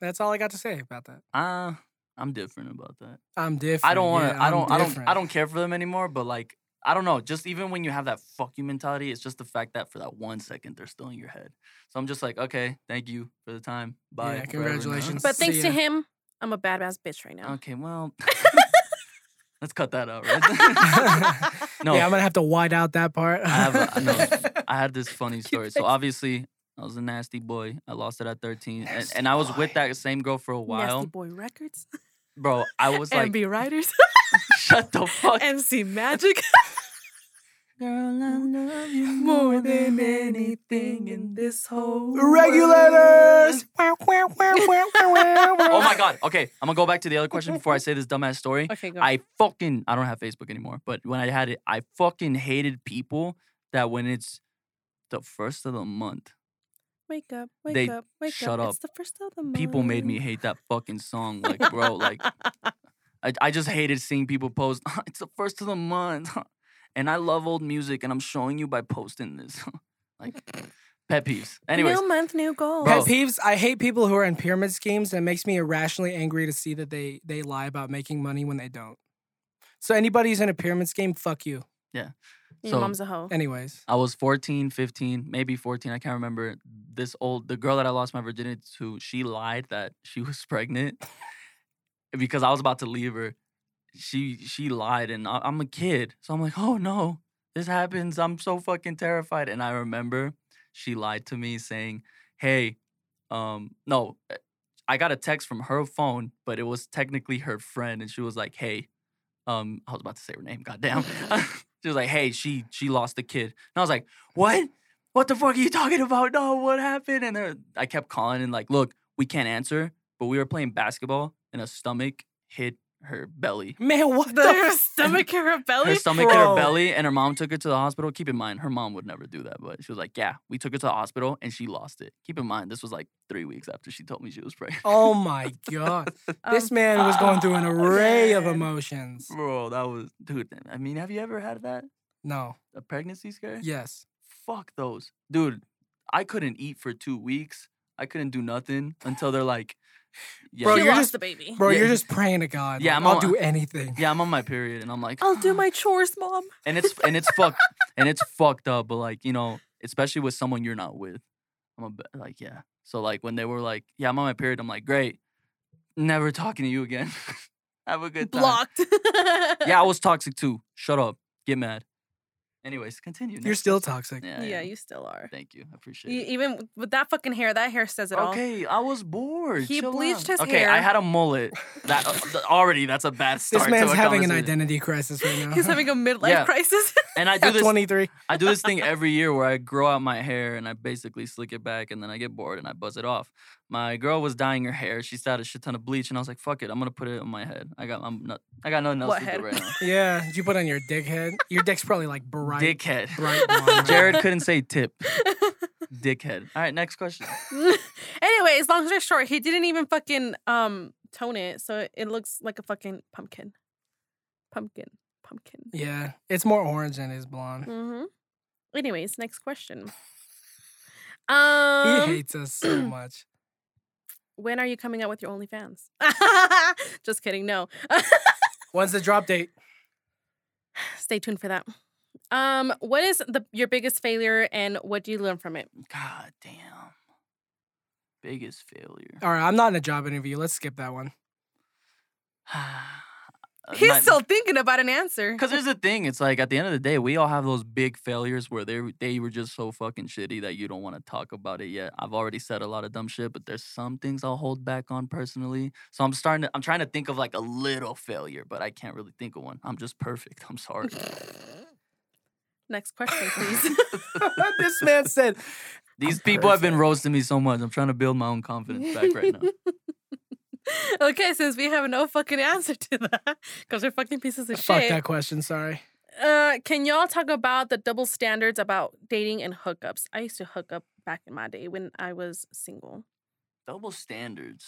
That's all I got to say about that.
Uh I'm different about that.
I'm different.
I don't want to
yeah,
I
I'm
don't I don't
different.
I don't care for them anymore, but like I don't know, just even when you have that fuck you mentality, it's just the fact that for that one second they're still in your head. So I'm just like, okay, thank you for the time. Bye.
Yeah,
forever now.
congratulations.
But
See
thanks
ya.
to him, I'm a badass bitch right now.
Okay,
[LAUGHS]
well [LAUGHS] Let's cut that out, right? [LAUGHS] no,
Yeah, I'm gonna [LAUGHS] have to white out that part.
have a-
[LAUGHS]
I know. I had this funny story. So
it.
obviously, I was a nasty boy. I lost it at 13, and, and I was with that same girl for a
Nasty
while,
boy records,
bro. I was like, [LAUGHS]
MB writers,
shut the fuck. [LAUGHS]
MC Magic.
Girl, I love you
more than
[LAUGHS]
anything in
this whole
Regulators. [LAUGHS] Wow, wow, wow, wow, wow, wow.
Oh my god. Okay, I'm gonna go back to the other question before I say this dumbass story.
Okay, go.
I fucking I don't have Facebook anymore, but when I had it, I fucking hated people that when it's the first of the month,
wake up, wake
They-
up, wake
shut
up.
up.
It's the first of the month.
people made me hate that fucking song. Like, bro, like I, I just hated seeing people post. [LAUGHS] it's the first of the month, [LAUGHS] and I love old music, and I'm showing you by posting this. [LAUGHS] like pet peeves. Anyways,
new month, new goals.
Pet
Bro.
peeves. I hate people who are in pyramid schemes. It makes me irrationally angry to see that they they lie about making money when they don't. So anybody who's in a pyramid scheme, fuck you.
Your
so-
mom's a
[LAUGHS]
hoe.
Anyways,
I was 14, 15, maybe 14. I can't remember. This old, the girl that I lost my virginity to, she lied that [LAUGHS] she was pregnant because I was about to leave her. She she lied, and I, I'm a kid, so I'm like, oh no, this happens. I'm so fucking terrified. And I remember she lied to me saying, hey, um, no, eh, I got a text from her phone, but it was technically her friend, and she was like, hey, um, I was about to say her name. Goddamn. [LAUGHS] she was like, "Hey, she she lost the kid," and I was like, "What? What the fuck are you talking about? No, what happened?" And they're- I kept calling and like, "Look, we can't answer, but we were playing basketball, and a stomach hit her
[LAUGHS]
belly.
man, what
[LAUGHS]
the?
Her
f-
[LAUGHS] stomach and her belly.
Her stomach hit her
Bro.
belly, and her mom took her to the hospital. Keep in mind, her mom would never do that, but she was like, "Yeah, we took her to the hospital, and she lost it." Keep in mind, this was like three weeks after she told me she was pregnant.
Oh my god!
Um,
This man was going through an
fuck,
array of
Um, uh, man.
emotions.
Bro, that was dude. I mean, have you ever had that?
No.
A pregnancy scare?
Yes.
fuck those. Dude, I couldn't eat for two weeks. I couldn't do nothing until they're like, yeah,
Bro,
she
you're
lost
just-
the baby.
Bro, you're
Yeah.
just praying to God.
Yeah,
like,
I'm
I'll
on-
do anything.
[LAUGHS] yeah, I'm on my period. And I'm like,
[GASPS] I'll
[GASPS]
do my chores, mom.
and it's, and it's fucked, and it's fucked up. But like, you know, especially with someone you're not with, I'm a, bit like, yeah. So like when they were like, yeah, I'm on my period, I'm like, great. Never talking to you again. [LAUGHS] Have a good time.
Blocked. [LAUGHS]
Yeah, I was toxic too. Shut up. Get mad. Anyways, continue.
You're
next
still
question.
toxic.
[LAUGHS]
Yeah,
Yeah,
yeah.
you still are.
Thank you. I appreciate
You,
it.
even with that fucking hair, that hair says it all.
Okay, I was bored.
He
Chill
bleached
out.
his
okay, I
hair.
had a mullet.
[LAUGHS]
That uh, th- already that's a bad start.
This man's
to a
having an
conversation.
identity crisis right now.
[LAUGHS] He's having a midlife
Yeah.
crisis.
And I
[LAUGHS]
[LAUGHS]
do
At
this.
23.
I do this thing every year where I grow out my hair and I basically slick it back and then I get bored and I buzz it off. My girl was dyeing her hair. She started a shit ton of bleach and I was like, "Fuck it, I'm gonna put it on my head." I got I'm not, I got nothing else
What
to
head?
do
[LAUGHS]
right now.
Yeah, did you put on your dick head? Your dick's probably like bright.
Dickhead.
Bright blonde.
[LAUGHS]
[LAUGHS]
Jared couldn't say tip. Dickhead. All right, next question.
[LAUGHS] Anyways, long story short, he didn't even fucking um tone it, so it looks like a fucking pumpkin. Pumpkin. Pumpkin.
Yeah, it's more orange than it is blonde.
Mm-hmm. Anyways, next question.
He
Um [CLEARS THROAT]
hates us so much.
when are you coming out with your OnlyFans? [LAUGHS] Just kidding. No.
When's the drop date?
Stay tuned for that. Um, what is the your biggest failure and what do you learn from it?
God damn. Biggest failure.
All right, I'm not in a job interview. Let's skip that
[LAUGHS]
one.
[SIGHS] Uh,
He's still thinking about
[LAUGHS]
an answer.
Because there's a thing. It's like at the end of the day, we all have those big failures where they they were just so fucking shitty that you don't want to talk about it yet. I've already said a lot of dumb shit, but there's some things I'll hold back on personally. So I'm starting to I'm trying to think of like a little failure, but I can't really think of one. I'm just perfect. [LAUGHS] I'm sorry.
Next question, please. [LAUGHS]
this man said,
These people have been roasting me so much. I'm trying to build my own confidence back right now.
[LAUGHS] okay, since we have no fucking answer to that, because we're fucking pieces
[LAUGHS]
of
"Fuck
shit.
that question." Sorry.
Uh, can y'all talk about the double standards about dating and hookups? I used to hook up back in my day when I was single.
Double standards.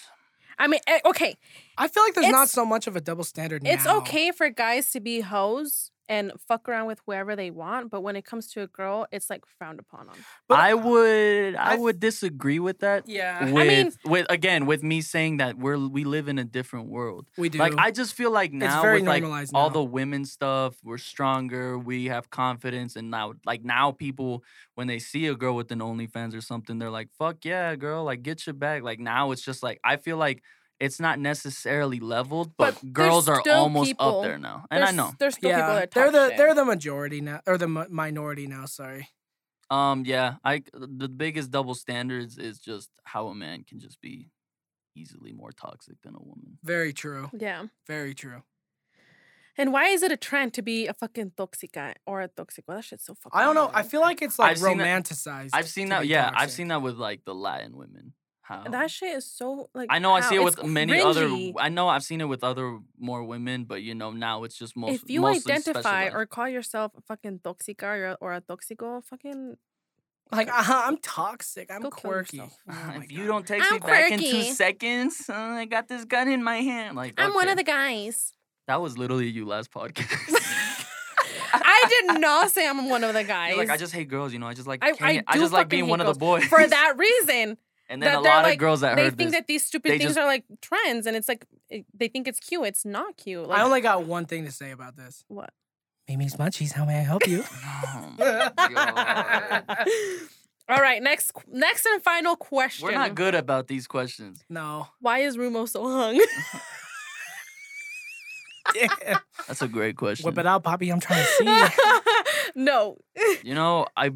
I mean, eh, okay,
I feel like there's not
It's-
so much of a double standard.
it's
now.
okay for guys to be hoes and fuck around with whoever they want, but when it comes to a girl, it's like frowned upon. On.
But-
I would I
I've-
would disagree with that.
Yeah,
With,
mean-
with again, with me saying that we're we live in a different world.
we do.
Like I just feel like now
very
with like
normalized
all
now.
the women stuff, we're stronger, we have confidence, and now like now people when they see a girl with an OnlyFans or something, they're like, "Fuck yeah, girl! Like get your bag!" Like now it's just like I feel like it's not necessarily leveled, but,
But there's
girls are
still
almost
people-
up there now, and I
There's-
know.
there's still people
yeah,
that
they're
talk
the
shit.
they're the majority now or the mi- minority now. Sorry.
Um, yeah, I the biggest double standards is just how a man can just be easily more toxic than a woman.
Very true.
yeah.
Very true.
And why is it a trend to be a fucking toxica or a toxico? That shit's so fucking.
I don't know. I
annoying.
feel like it's like
I've seen that-
romanticized.
I've seen
to
that.
be
Yeah, I've
toxic.
seen that with like the Latin women. How
that shit is so like.
Oh. I know I
how-
see it
it's
with many other.
cringy.
I know I've seen it with other more women, but you know now it's just most.
if you
mostly [LAUGHS]
identify
specialized.
or call yourself a fucking toxica or, a- or a toxico, fucking
Like uh, I'm toxic. I'm
Go kill
quirky.
yourself. [LAUGHS]
Oh my
if you
God.
don't text
I'm
me back in two
quirky.
seconds, [LAUGHS] uh, I got this gun in my hand. Like
I'm one
okay.
of the guys.
That was literally you last podcast.
[LAUGHS]
[LAUGHS]
I did not say I'm one of the guys.
You're like I just hate girls, you know. I just like
I-
I,
I
I,
do
just [LAUGHS] like
fucking
being
hate
one of the boys.
for that reason,
and then
that
a
they're
lot
like-
of girls that
they
heard
think
this.
that these stupid
they
things
just-
are like trends, and it's like it- they think it's cute. It's not cute. Like,
I only got one thing to say about this.
what?
[LAUGHS]
[LAUGHS]
Mimi's munchies. How may I help you? [LAUGHS]
Oh my God.
All right, next, next and final
[LAUGHS]
question.
We're not good about these questions.
no.
Why is Rumo so
[LAUGHS]
hung?
Damn.
That's a great question.
Whip it out, Poppy. I'm trying to see.
[LAUGHS] no,
You know, I,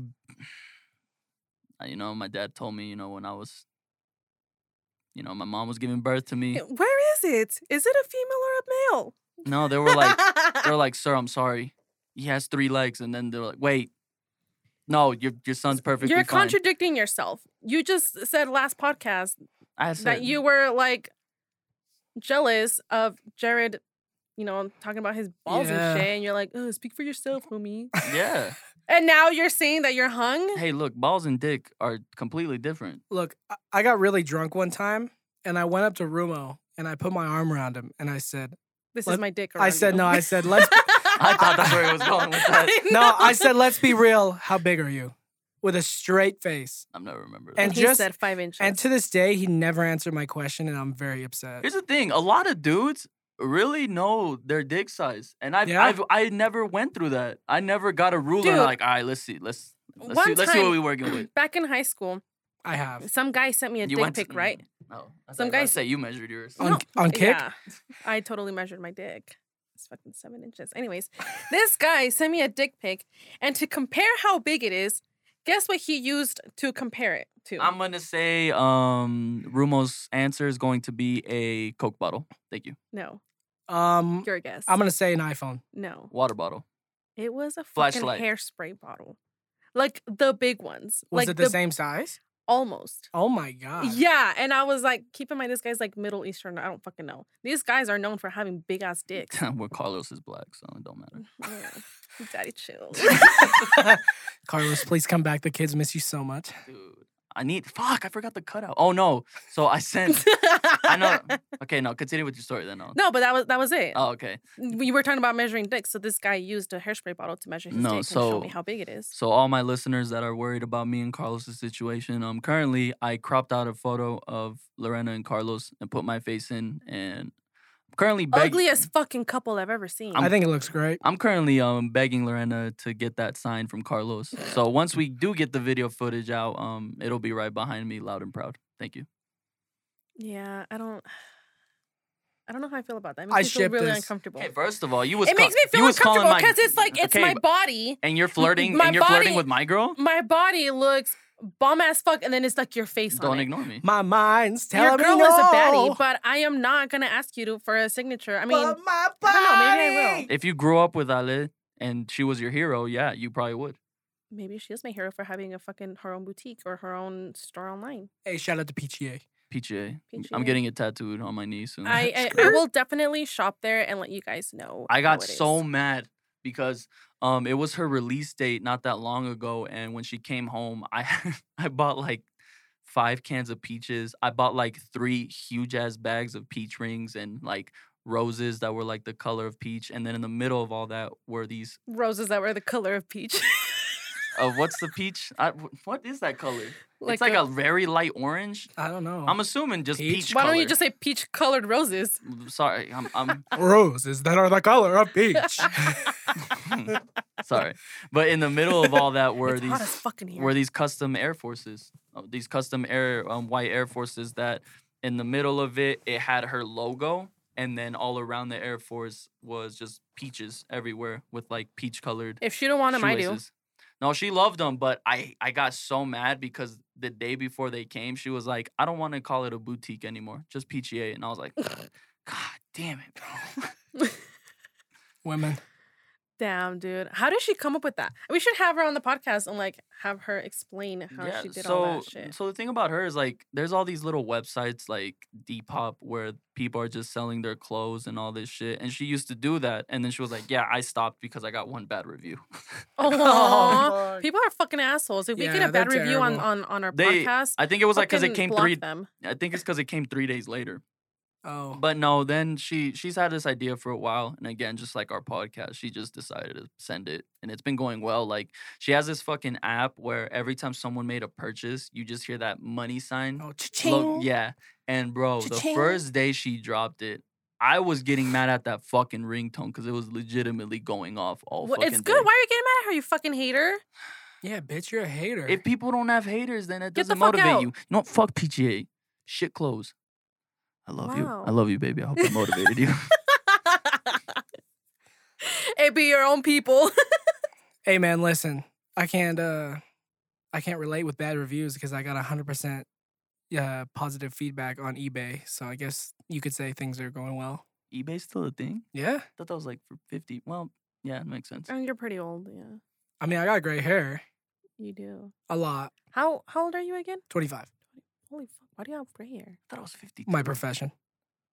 I- you know, my dad told me, you know, when I was, you know, my mom was giving birth to
[LAUGHS]
me.
where is it? Is it a female or a male?
No, they were like,
[LAUGHS]
they were like, sir, I'm sorry, he has three legs, and then they were like, wait, no, your your son's perfectly
You're
fine.
contradicting yourself. You just said last podcast
I said,
that you were like jealous of Jared, you know, talking about his balls
Yeah.
and shit, and you're like, oh, speak for yourself, homie.
yeah.
and now you're saying that you're hung.
Hey, look, balls and dick are completely
[LAUGHS]
different.
Look, I- I got really drunk one time, and I went up to Rumo and I put my arm around him, and I said,
This is
Let-
my dick.
I
around
said
you.
no.
[LAUGHS]
I said let's.
I thought that's where it was going with that.
no, I said let's be real. How big are you? With a straight face.
I've never remembered.
And
that.
he
just-
said five inches.
And to this day, he never answered my question, and I'm very upset.
Here's the thing: a lot of dudes really know their dick size, and I've,
Yeah.
I've I never went through that. I never got a ruler. and
Dude.
I'm like, all right, let's see, let's let's
One
see, let's see what
time-
we're
[CLEARS THROAT]
working with.
back in high school,
I have
some guy sent me a dick
went to-
pic, right?
No, I thought you were
Some guy Oh,
about to say you measured yours.
on
No,
on kick.
Yeah, I totally measured my dick. It's fucking seven inches. Anyways, this guy sent me a dick pic, and to compare how big it is, guess what he used to compare it to?
I'm gonna say um Rumo's answer is going to be a Coke bottle. Thank you.
no,
Um,
your guess.
I'm gonna say an iPhone.
no,
Water bottle. [LAUGHS]
it was a fucking
Flashlight.
hairspray bottle, like the big ones,
Was
like
it the, same size?
almost.
Oh my god.
Yeah, and I was like, keep in mind this guy's like Middle Eastern. I don't fucking know. These guys are known for having
[LAUGHS]
big ass dicks.
well, Carlos is black, so it don't
[LAUGHS]
matter.
Mm, Daddy chill.
[LAUGHS] Carlos, please come back. The kids miss you so much.
Dude, I need fuck. I forgot the cutout. Oh no. So I sent. I
[LAUGHS]
know. Okay, no. Continue with your story then. No.
No, but that was that was it.
Oh, okay.
Mm, We were talking about measuring dicks, so this guy used a hairspray bottle to measure his
No,
dick and show me
so-
how big it is.
So all my listeners that are worried about me and Carlos's situation, um, currently I cropped out a photo of Lorena and Carlos and put my face in, and I'm currently begging.
Ugliest fucking couple I've ever seen.
I think it looks great.
I'm currently um begging Lorena to get that sign from Carlos. So once we do get the video footage out, um, it'll be right behind me, loud and proud. Thank you.
yeah, I don't. [SIGHS] I don't know how I feel about that. It
I
makes me feel
ship
really
this.
uncomfortable.
Okay, first of all, you was
it
ca-
makes me
you
feel
was calling
uncomfortable
my-
because it's like it's
okay,
my
but-
body.
and you're flirting
my
and you're flirting
body-
with my girl.
My body looks bum as fuck, and then it's like your face
Don't
on it.
ignore me.
My mind's telling
Your girl
me no.
is a baddie, but I am not gonna ask you to, for a signature. I mean,
But my
I
body.
don't know, maybe I will.
If you grew up with Ale and she was your hero, yeah, you probably would.
maybe she is my hero for having a fucking her own boutique or her own store online.
Hey, shout out to PTA.
PGA.
PGA.
I'm getting it tattooed on my knee soon. [LAUGHS]
I, I I will definitely shop there and let you guys know.
I got
how it is.
so mad because um it was her release date not that long ago, and when she came home, I [LAUGHS] I bought like five cans of peaches. I bought like three huge ass bags of peach rings and like roses that were like the color of peach, and then in the middle of all that were these
roses that were the color of peach. [LAUGHS]
of what's the peach? I, what is that color?
Like
it's like
a- Oh.
a, very light orange.
I don't know.
I'm assuming just
Peach?
peach.
Why don't you
color.
just say peach colored roses?
Sorry, I'm, I'm [LAUGHS]
Roses that are the color [LAUGHS] of peach.
hmm,
[LAUGHS]
sorry, but in the middle of all that were
it's
these
hot as fucking here.
were these custom Air Forces, uh, these custom air um, white Air Forces that in the middle of it it had her logo, and then all around the Air Force was just peaches everywhere with like peach colored
if she don't want them, I do.
shoelaces. No, she loved them, but I I got so mad because the day before they came, she was like, "I don't want to call it a boutique anymore, just PGA," and I
[LAUGHS]
was like, "God damn it, bro." [LAUGHS]
Women.
Damn, dude. How did she come up with that? We should have her on the podcast and like have her explain how she did
so,
all that
[LAUGHS]
shit.
So the thing about her is like there's all these little websites like Depop where people are just selling their clothes and all this shit. And she used to do that. And then she was like, Yeah, I stopped because I got one bad review.
Oh, people are fucking assholes. If we get
Yeah,
a bad
they're
review on,
terrible.
on on our
They-
podcast,
I think it was like because it
fucking
came
block
three
them.
I think it's because it came three days later.
Oh.
But no, then she she's had this idea for a while, and again, just like our podcast, she just decided to send it, and it's been going well. Like she has this fucking app where every time someone made a purchase, you just hear that money sign,
Oh,
Lo-
cha-ching.
yeah. And bro,
Cha-ching.
the first day she dropped it, I was getting mad at that fucking ringtone because it was legitimately going off all
Well,
fucking
it's
day.
good. Why are you getting mad at her, you fucking hater? [LAUGHS]
Yeah, bitch, you're a hater.
If people don't have haters, then it
Get the
doesn't
fuck
motivate
out.
you. You know what? Fuck PGA. Shit clothes. I love you.
Wow.
I love you, baby. I hope I motivated
[LAUGHS]
you. [LAUGHS]
it be your own people.
hey man, listen. I can't uh I can't relate with bad reviews because I got 100% uh, positive feedback on eBay. So I guess you could say things are going well.
eBay's still a thing?
Yeah.
I thought that was like for 50. Well, yeah, it makes sense.
and Oh, you're pretty old, yeah.
I mean, I got gray hair
You do.
a lot.
How how old are you again?
25.
Holy fuck! Why do you have gray hair?
I thought it was 50.
My profession.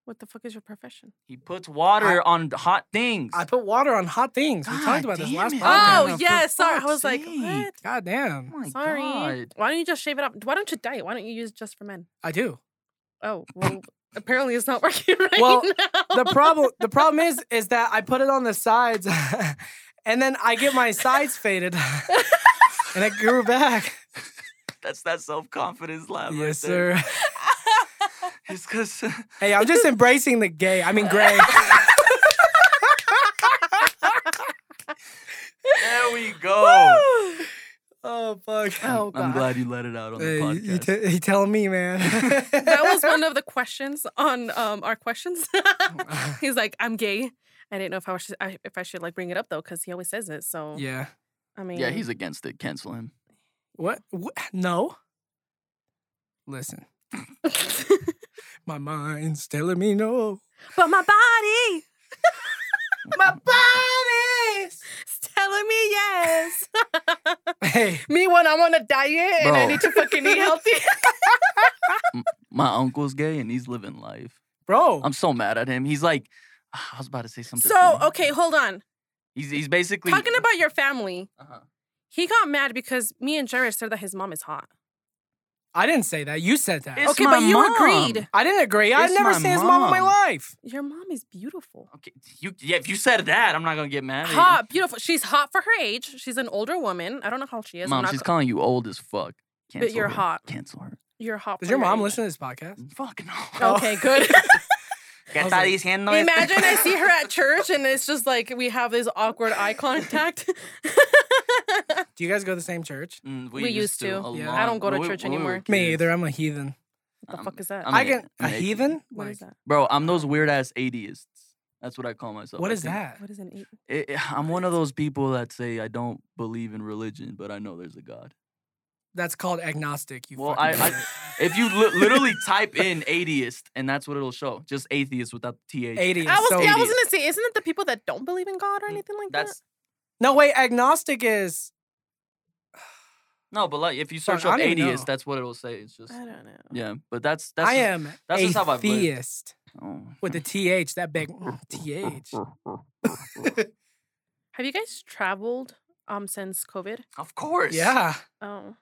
What the fuck is your profession?
He puts water on hot things.
I put water on hot things. We
God
talked about this
damn
last
it.
podcast.
Oh,
oh
for
yeah, sorry. I
fuck's
was like,
sake.
what?
God
oh
damn.
my
sorry.
God.
Why don't you just shave it up? Why don't you dye it? Why don't you use just for men?
I
[LAUGHS]
do.
Oh well, apparently it's not [LAUGHS] working right
Well,
now. [LAUGHS]
the problem the problem is is that I put it on the sides [LAUGHS] and then I get my sides faded [LAUGHS] and it grew
[LAUGHS]
back.
That's that self confidence laugh. right
yes,
there.
sir.
It's [LAUGHS] because
Hey, I'm just embracing the gay. I mean
[LAUGHS]
gray.
there we
[LAUGHS]
go.
oh fuck.
Oh god.
I'm glad you let it out on the
Hey, you,
podcast.
you, t- you tell me,
[LAUGHS]
man.
that was one of the questions on um, our questions.
Oh.
[LAUGHS] He's like, I'm gay. I didn't know if I was I- if I should like bring it up though, because he always says it. So
[LAUGHS] yeah.
I mean,
yeah, he's against it. Cancel him.
What? what? No. Listen, my mind's telling me no.
[LAUGHS] but my body
My body's.
is telling me yes.
Hey,
[LAUGHS] me when I'm on a diet and I
Bro.
need to fucking [LAUGHS] eat healthy.
My uncle's gay and he's living life.
bro.
I'm so mad at him. He's like, "Ah, I was about to say something.
so
funny.
okay, hold on.
he's he's basically
Talking about your family,
Uh-huh.
he got mad because me and Jared said that his mom is hot.
I didn't say that. You said that.
It's
okay,
my
but you
mom.
agreed.
I didn't agree. I've
it's
never
my
seen his mom in my
mom.
life.
Your mom is beautiful.
Okay, you yeah. If you said that, I'm not gonna get mad. at you.
Hot, beautiful. She's hot for her age. She's an older woman. I don't know how old she is. I'm
Mom,
not
she's
go-
calling you old as fuck. Cancel
but you're
her.
hot.
Cancel
[LAUGHS]
her.
You're hot.
Does
for
your
your
mom
age.
listen to this podcast?
Fuck no.
Oh.
[LAUGHS]
[LAUGHS] Okay, good.
I
¿Qué
was
está
like-
diciendo este?
Imagine I see her at church and it's just like we have this awkward eye contact. [LAUGHS]
Do you guys go to the same church?
[LAUGHS] Mm,
We used to.
a
Yeah.
lot.
I
don't go to
When we-
church
when we were
anymore.
Me
kids.
either. I'm a heathen.
the
Um,
fuck is that?
I'm
i
an-
get a
I'm an atheist.
heathen.
What is
Like,
that?
Bro, I'm those weird ass atheists. That's what I call myself.
what
I
is
think.
that?
What is an eight?
It- it- I'm one of those people that say I don't believe in religion, but I know there's a God.
That's called agnostic. You.
Well,
fucking
I- I- [LAUGHS]
idiot.
If you li- literally type in atheist, and that's what it'll show. Just atheist without the th.
atheist.
I was,
so
yeah, I
idiot.
was gonna say, isn't it the people that don't believe in God or
Mm,
anything like
That's
No wait, agnostic is
no, but like if you
Fuck,
search
I
up
don't even
atheist,
know.
that's what it'll say. It's just
that? I don't know.
yeah. But that's that's
I
just-
am
that's just how I play it.
atheist
Oh.
with the th that
[LAUGHS]
big [LAUGHS] th.
Have you guys traveled um since COVID?
Oh, Of course.
Yeah,
Oh,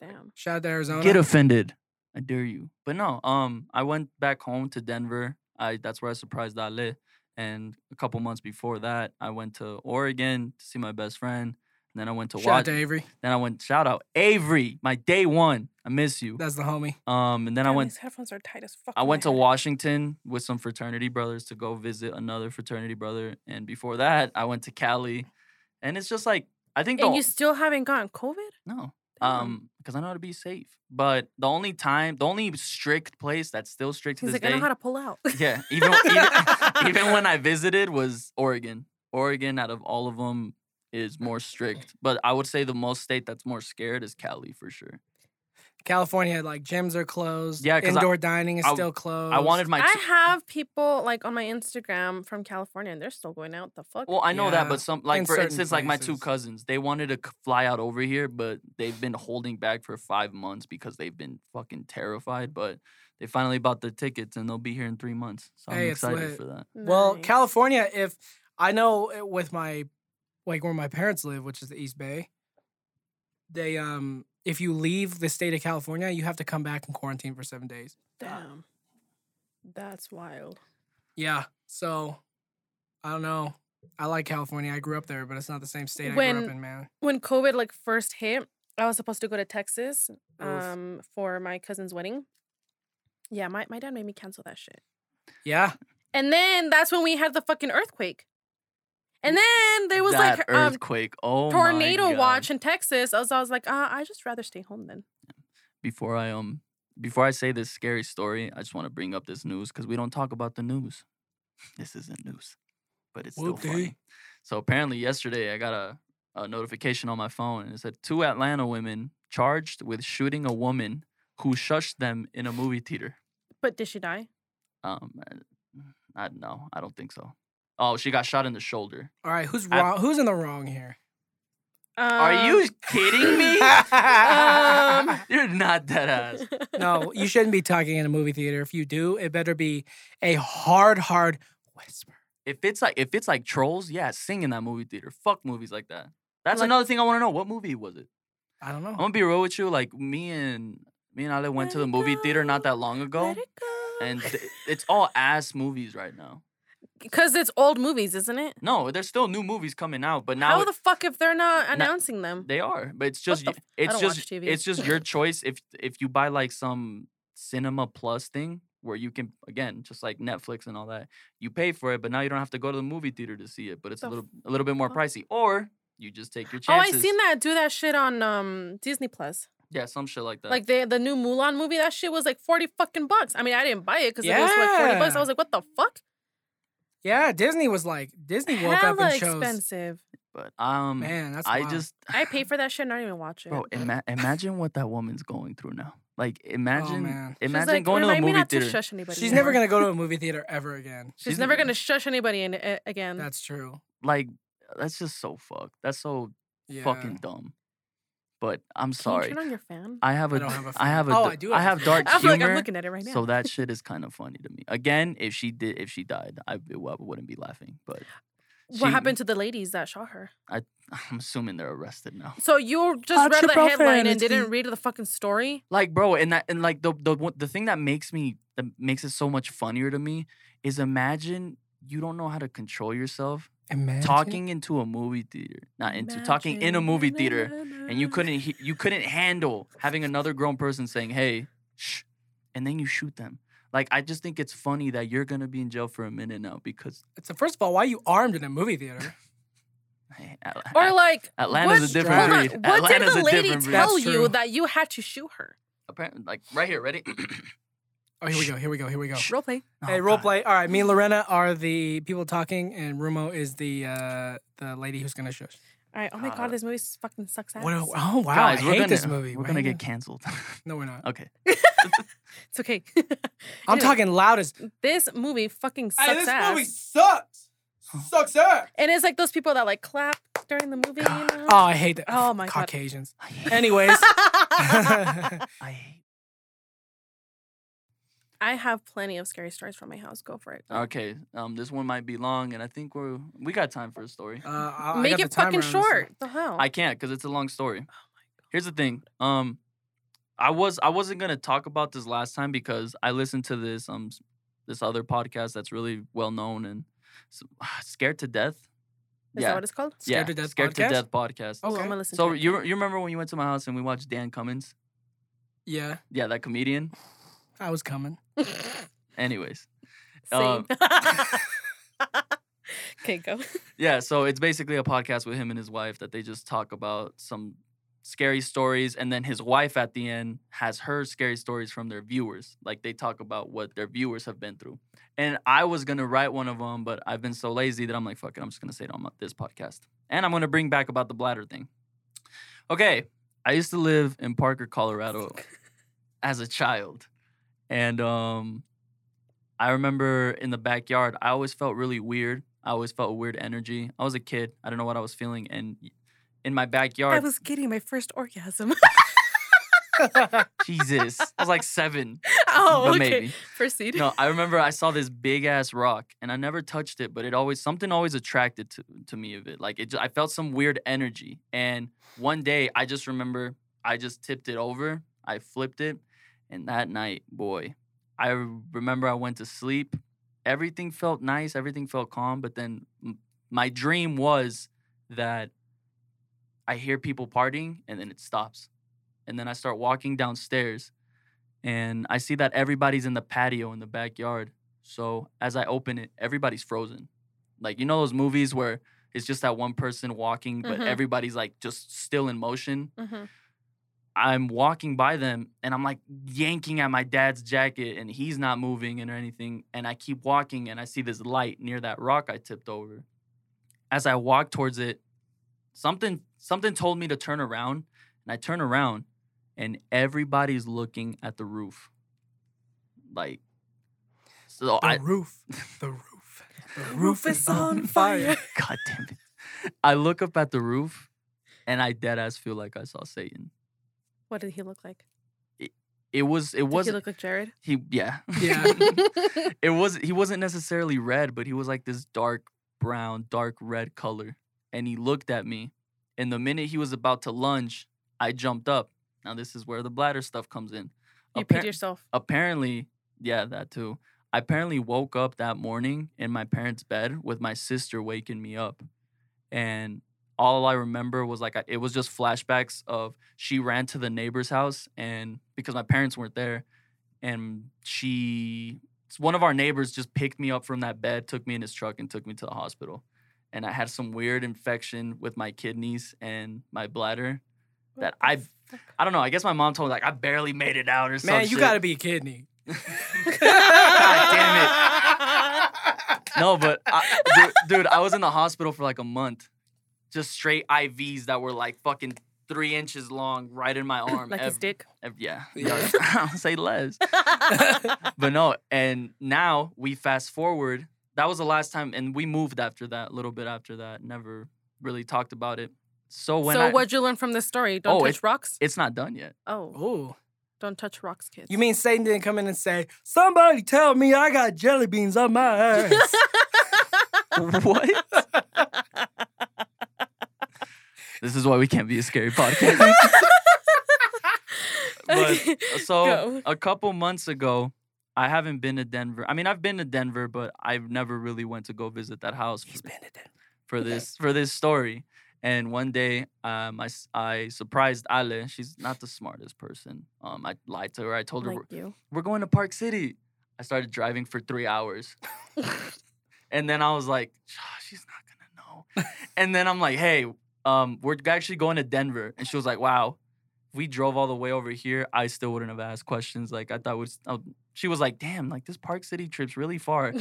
damn.
shout out to Arizona.
Get offended. I dare you. But no, um, I went back home to Denver. I that's where I surprised Ale. And a couple months before that, I went to Oregon to see my best friend. And then I went to
shout out
Washington.
to Avery.
Then I went shout out Avery, my day one. I miss you.
That's the homie.
Um, and then I
Damn,
went
These headphones are tight as fuck.
I
on my
went to
head.
Washington with some fraternity brothers to go visit another fraternity brother. And before that, I went to Cali. And it's just like I think the
And you Oh, still haven't gotten COVID?
no.
Damn.
Um, because I know how to be safe. But the only time, the only strict place that's still strict to
He's
this
like, I
day.
know how to pull out. [LAUGHS]
[LAUGHS] yeah, even, [LAUGHS] even
[LAUGHS]
even when I visited was Oregon. Oregon, out of all of them, is more strict. But I would say the most state that's more scared is Cali for sure.
California, like gyms are closed.
Yeah, 'cause I-
indoor dining is
I-
still closed.
I wanted my.
I
t-
have people like on my Instagram from California and they're still going out. The fuck?
well, I know that,
Yeah,
but some like
in
for
certain
instance, like my two
places.
cousins, they wanted to c- fly out over here, but they've been holding back for five months because they've been fucking terrified. But they finally bought their tickets, and they'll be here in three months. So I'm
Hey, it's
excited
lit.
for that.
Well,
Nice.
California, if I know it with my like where my parents live, which is the East Bay, they um if you leave the state of California, you have to come back and quarantine for seven days.
Damn. That's wild.
Yeah. So I don't know. I like California. I grew up there, but it's not the same state I
When-
grew up in, man.
When COVID like first hit, I was supposed to go to Texas
Oof.
um for my cousin's wedding. Yeah, my, my dad made me cancel that shit.
Yeah.
And then that's when we had the fucking earthquake. And then there was
that
like um
earthquake. oh, my
tornado
God.
watch in Texas. I was, I was like, uh, I just rather stay home then.
Before I um, before I say this scary story, I just want to bring up this news because we don't talk about the news. [LAUGHS] This isn't news, but it's still
Okay.
funny. So apparently, yesterday I got a, a notification on my phone, and it said two Atlanta women charged with shooting a woman who shushed them in a movie theater.
But did she die?
Um, I, I no, I don't think so. Oh, she got shot in the shoulder.
All right, who's
I-
wrong? who's in the wrong here?
Are you
Um,
kidding me?
Um,
You're not
[LAUGHS]
that ass.
no, you shouldn't be talking in a movie theater. If you do, it better be a hard, hard whisper.
If it's like if it's like trolls, yeah, sing in that movie theater. Fuck movies like that. That's
Like- Oh.
another thing I want to know. What movie was it?
I don't know.
I'm gonna be real with you. Like me and me and Ale went
Let
to the
it
movie theater not
go,
that long ago,
Let it go.
and th- it's
[LAUGHS]
all ass movies right now.
because it's old movies, isn't it?
No, there's still new movies coming out, but now
How
it-
the fuck if they're not announcing them?
they are. But it's just
the
y-
f- I
it's
don't
just
watch TV.
it's just your choice if if you buy like some Cinema Plus thing where you can again just like Netflix and all that, you pay for it, but now you don't have to go to the movie theater to see it. But it's a
The
little a little bit more
fuck?
pricey, or you just take your
Oh, I
chances.
seen that do that shit on um Disney Plus.
Yeah, some shit like that.
Like the the new Mulan movie, that shit was like forty fucking bucks. I mean, I didn't buy it because it was like forty bucks. I
Yeah.
was like, what the fuck?
Yeah, Disney was like Disney woke up
Hella
and chose.
expensive.
but um,
Man, that's
I
wild.
just
I pay for that shit, and I don't even watch it.
bro, ima- imagine what that woman's going through now. Like imagine,
man.
She's
imagine
like,
going to a
"Remind me
movie
not to
theater.
shush anybody
she's never
anymore."
gonna go to a movie theater ever again.
She's,
She's
never
n-
gonna shush anybody in, a- again.
That's true.
Like that's just so fucked. That's so
Yeah.
fucking dumb. But I'm
Can you
sorry.
turn on your fan.
I have
I
a,
don't have a
I
fan.
have a,
Oh, [LAUGHS]
d-
I do
I
have
have
a
dark
fan.
I feel like
humor.
I'm looking at it right now.
so that shit is kind of funny to me. Again, if she did, if she died, I, it, I wouldn't be laughing. But [LAUGHS]
What
She-
happened to the ladies that shot her?
I'm assuming they're arrested now.
So you just
Out
read
your
the headline and
profanity.
didn't read the fucking story?
Like, bro, and that and like the the one- the thing that makes me that makes it so much funnier to me is imagine you don't know how to control yourself
Imagine.
talking into a movie theater, not into talking in a movie theater, and you couldn't he- you couldn't handle having another grown person saying, "Hey, shh," and then you shoot them. Like, I just think it's funny that you're gonna be in jail for a minute now because
So first of all, why are you armed in a movie theater?
hey, I- I-
Or like
Atlanta's
what-
a different
hold on,
breed.
What
Atlanta's a
did the lady
different breed.
tell
That's
you
true.
that you had to shoot her?
apparently, like right here, [CLEARS THROAT] ready? Oh,
Oh, here we go. Here we go. Here we go.
Role play.
Hey, role play. All right, me and Lorena are the people talking, and Rumo is the uh, the lady who's gonna shush.
All right. Oh my
Uh,
god, this movie fucking sucks ass.
What a- oh wow!
Guys,
I
we're
hate
gonna,
this movie.
We're
Why
gonna
you-
get canceled. [LAUGHS]
No, we're not.
okay. [LAUGHS]
It's okay.
I'm
Anyway,
talking loud as.
This movie fucking sucks ass.
sucks. Sucks ass.
And it's like those people that like clap during the movie. You know?
Oh,
[LAUGHS]
I hate that.
Oh, my God.
Caucasians.
I hate-
Anyways, [LAUGHS] Uh,
I hate.
[LAUGHS] I have plenty of scary stories from my house. Go for it.
Okay, um, this one might be long, and I think we're we got time for a story.
uh, I- I
Make
got
it
the timer on,
fucking
so-
short. The hell?
I can't because it's a long story. Here's the thing. Um, I was I wasn't gonna talk about this last time because I listened to this um s- this other podcast that's really well known and s- [SIGHS] scared to death.
Is
yeah,
that what it's called?
Scared
yeah,
to Death
scared
podcast?
to death podcast.
Oh,
Ooh,
Okay.
I'm gonna listen.
so
to it.
you
[LAUGHS]
re- you remember when you went to my house and we watched Dan Cummins?
Yeah,
Yeah, that comedian.
I was coming.
Anyways, [LAUGHS]
Same. [LAUGHS] okay, go.
yeah. So it's basically a podcast with him and his wife that they just talk about some scary stories, and then his wife at the end has her scary stories from their viewers. Like they talk about what their viewers have been through. And I was gonna write one of them, but I've been so lazy that I'm like, fuck it, I'm just gonna say it on my- this podcast. And I'm gonna bring back about the bladder thing. Okay, I used to live in Parker, Colorado, as a child, and um. I remember in the backyard, I always felt really weird. I always felt weird energy. I was a kid. I don't know what I was feeling. And in my
I
backyard,
was getting my first orgasm. [LAUGHS]
Jesus, I was like seven.
[LAUGHS] oh,
but
okay.
maybe.
Proceed.
No, I remember I saw this big ass rock and I never touched it, but it always, something always attracted to, to me of it. Like it, ju- I felt some weird energy. And one day I just remember I just tipped it over, I flipped it. And that night, boy, I remember I went to sleep. Everything felt nice, everything felt calm. But then m- my dream was that I hear people partying and then it stops. And then I start walking downstairs and I see that everybody's in the patio in the backyard. So as I open it, everybody's frozen. Like, you know, those movies where it's just that one person walking, but
Mhm.
everybody's like just still in motion.
hmm
I'm walking by them and I'm like yanking at my dad's jacket and he's not moving and or anything. And I keep walking and I see this light near that rock I tipped over. As I walk towards it, something something told me to turn around. And I turn around and everybody's looking at the roof. Like so
The
Oh.
I
roof. The roof. The
roof is on fire.
[LAUGHS] God damn it. I look up at the roof and I dead ass feel like I saw Satan.
[LAUGHS] What did he look like?
It was it
Did
was
he look like
[LAUGHS]
Jared?
he yeah. [LAUGHS]
[LAUGHS]
Yeah.
it was he wasn't necessarily red, but he was like this dark brown, dark red color. And he looked at me. And the minute he was about to lunge, I jumped up. Now this is where the bladder stuff comes in.
you
Appar-
peed yourself.
apparently, yeah, that too. I apparently woke up that morning in my parents' bed with my sister waking me up. And all I remember was like, I- it was just flashbacks of she ran to the neighbor's house and because my parents weren't there. And she, s- one of our neighbors just picked me up from that bed, took me in his truck, and took me to the hospital. And I had some weird infection with my kidneys and my bladder that
What
I,
the fuck?
I don't know. I guess my mom told me like I barely made it out or something.
Man, you gotta be kidding [LAUGHS]
[LAUGHS]
me.
God no, but I, dude, dude, I was in the hospital for like a month, just straight IVs that were like fucking three inches long, right in
[LAUGHS]
my arm.
like his
ev- [LAUGHS]
dick.
ev- yeah, [LAUGHS]
Yeah.
I'll say less. But no, and now we fast forward. That was the last time, and we moved after that, a little bit after that. Never really talked about it. So when
so
I,
what'd you learn from this story?
Oh,
Don't touch
it-
rocks.
it's not done
[LAUGHS]
yet.
Oh,
Ooh.
don't touch rocks, kids. [LAUGHS]
You mean Satan didn't
[LAUGHS]
[LAUGHS]
come in and say, Somebody tell me I got jelly beans on my ass?
what? this is why we can't be a
[LAUGHS]
scary podcast. But, uh,
Okay,
so
go.
a couple months ago, I haven't been to Denver. I mean, I've been to Denver, but I've never really went to go visit that house for,
[LAUGHS]
for this for this story. And one day, um, I, s- I surprised Ale. She's not the smartest person. Um, I lied to her. I told her
like
we're-
you.
we're going to Park City. I started driving for three
[LAUGHS]
hours. and then I was like, "Ah, she's not gonna know. and then I'm like, hey, um, we're actually going to Denver. And she was like, wow, if we drove all the way over here, I still wouldn't have asked questions. Like, I thought was, oh, she was like, damn, like this Park City trip's really
[LAUGHS]
far.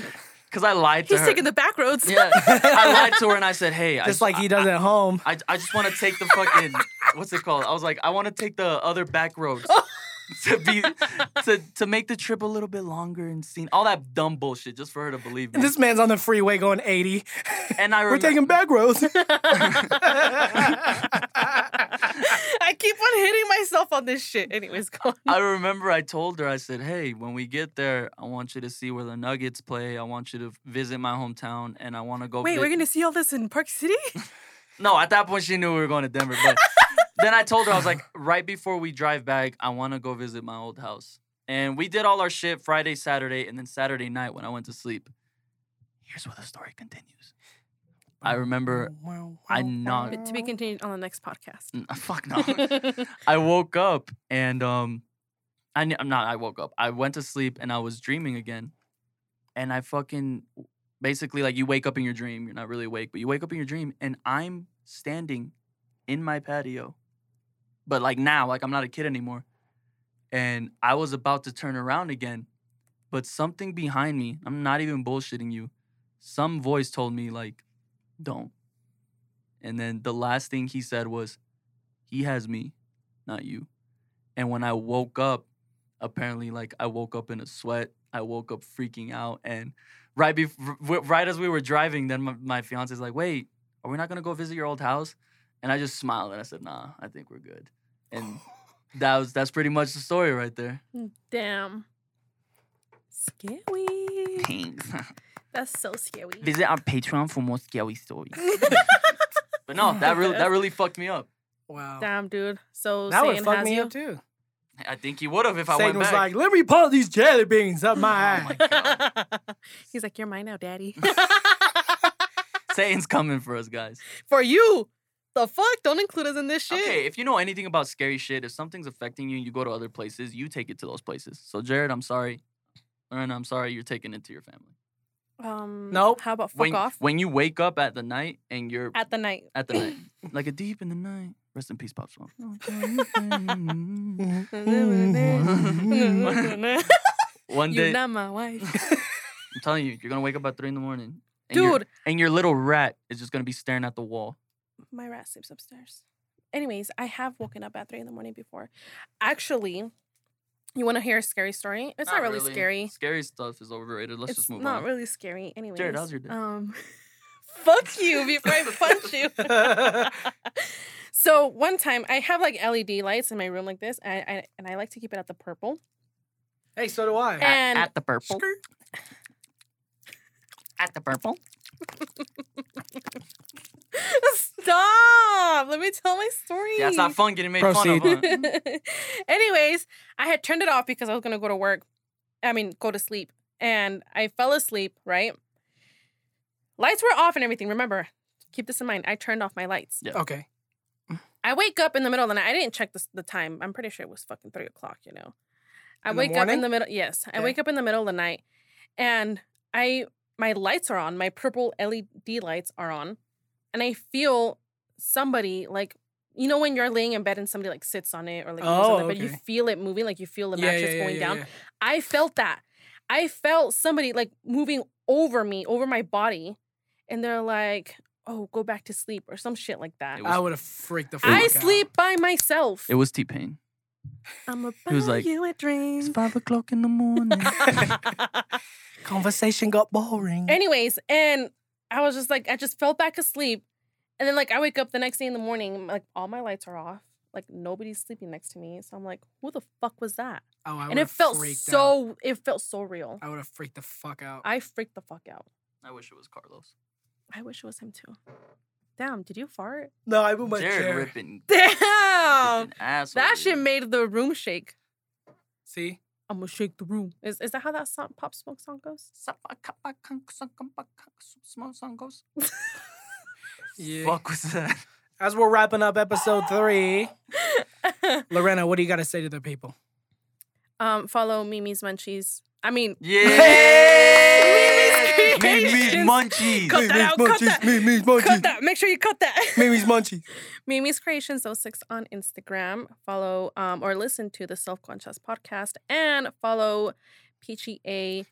Cause I lied to
He's
her.
taking the back roads. [LAUGHS]
yeah, I lied to her and I said, hey, I
Just
just
like he does at home.
I, I just want to take the fucking what's it called? I was like, I want to take the other
[LAUGHS]
back roads to be to to make the trip a little bit longer and seen all that dumb bullshit just for her to believe me.
And this man's on the freeway going 80.
and I
We're
remem-
taking back roads. [LAUGHS]
I keep on hitting myself on this shit. Anyways,
[LAUGHS]
go on.
I remember I told her I said, "Hey, when we get there, I want you to see where the Nuggets play. I want you to visit my hometown, and I want to go."
Wait,
vi-
we're gonna see all this in Park City?
No, at that point she knew we were going to Denver. But then I told her I was like, right before we drive back, I want to go visit my old house. And we did all our shit Friday, Saturday, and then Saturday night when I went to sleep. Here's where the story continues. [LAUGHS] [LAUGHS] I remember I knocked.
to be continued on the next podcast.
N- Fuck
[LAUGHS]
no. I woke up and um, I kn- I'm not. I woke up. I went to sleep and I was dreaming again, and I fucking basically like you wake up in your dream. You're not really awake, but you wake up in your dream, and I'm standing in my patio, but like now, like I'm not a kid anymore, and I was about to turn around again, but something behind me. I'm not even bullshitting you. Some voice told me like, don't. And then the last thing he said was, he has me, not you. And when I woke up, apparently, like I woke up in a sweat. I woke up freaking out. And right before, right as we were driving, then my, my fiance's like, wait, are we not gonna go visit your old house? And I just smiled and I said, nah, I think we're good. [LAUGHS] And that was that's pretty much the story right there.
Damn. Scary.
Thanks. [LAUGHS]
That's so scary.
visit our Patreon for more scary stories. but no, that really [LAUGHS] that really fucked me up.
Wow.
[LAUGHS] Damn, dude. So
That would
Satan
fuck
has
me
you.
up too.
I think he would have if I
Satan
went
was
back. Oh
like, let me pull these jelly beans up Oh my ass.
[LAUGHS] He's like, you're mine now, daddy. [LAUGHS]
Satan's coming for us, guys.
For you. The fuck? Don't include us in this shit.
Okay, if you know anything about scary shit, if something's affecting you, you go to other places, you take it to those places. So, Jared, I'm sorry. Lauren, I'm sorry you're taking it to your family.
Um,
Nope.
How about fuck
when,
off?
When you wake up at the night and you're at,
At the [LAUGHS] night.
the
[COUGHS]
night, like a deep in the night. Rest in peace, Pop
[LAUGHS]
Smoke. One day,
You're not my wife.
I'm telling you, you're gonna wake up at three in the morning. And your-
Dude,
and your little rat is just gonna be staring at the wall.
my rat sleeps upstairs. Anyways, I have woken up at three in the morning before. Actually, you want to hear a scary story? It's not, really, scary.
Scary stuff is overrated. Let's
it's
just move
not
on.
really scary. Anyways,
how's your day?
Um, [LAUGHS] fuck you before I punch
[LAUGHS]
you.
[LAUGHS]
so one time, I have like LED lights in my room like this, and I and I like to keep it at the purple. [LAUGHS]
hey, so do I.
And
the purple. At the purple.
stop! Let me tell my story.
Yeah, it's not fun getting made fun of.
Proceed.
Huh?
[LAUGHS] Anyways, I had turned it off because I was gonna go to work. I mean, go to sleep, and I fell asleep. Right, lights were off and everything. Remember, keep this in mind. I turned off my lights.
okay.
I wake up in the middle of the night. I didn't check this, the time. I'm pretty sure it was fucking three o'clock. You know, I
In the
wake up
morning?
in the middle. Yes, I
Okay.
wake up in the middle of the night, and I my lights are on. My purple LED lights are on, and I feel somebody like you know when you're laying in bed and somebody like sits on it or like moves on
Oh,
it, but you
okay.
feel it moving, like you feel the
Yeah,
mattress
yeah, yeah,
going
yeah,
down.
yeah.
I felt that. I felt somebody like moving over me, over my body, and they're like, "Oh, go back to sleep" or some shit like that.
It was-
I would have freaked the fuck
I
out.
sleep by myself.
It was T Pain.
I'm gonna
He was
buy
like,
you a
It's
dream.
five o'clock in the
[LAUGHS]
morning.
Conversation got boring.
Anyways, and I was just like, I just fell back asleep, and then like I wake up the next day in the morning, like all my lights are off, like nobody's sleeping next to me, so I'm like, who the fuck was that?
oh, I
and it
would've
felt
freaked out.
so, it felt so real.
I would have freaked the fuck out.
I freaked the fuck out.
I wish it was Carlos.
I wish it was him too. Damn, did you fart?
No, I went with
Jared,
Jared.
ripping,
[LAUGHS] Damn!
[LAUGHS] ripping asshole.
Um, That shit made the room shake.
See?
I'm gonna shake the room. Is is that how that song, pop smoke song [LAUGHS] goes?
Yeah.
Fuck was that?
[LAUGHS]
As we're wrapping up episode three, Lorena, what do you got to say to the people?
um, follow Mimi's Munchies. I mean,
Yeah.
Mimi's
Mimi's
Creations.
munchies.
Cut that out, cut that.
Mimi's
cut that. Make sure you cut that.
[LAUGHS] Mimi's munchies.
Mimi's Creations 06 on Instagram. Follow um, or listen to the Self Conscious podcast and follow PGA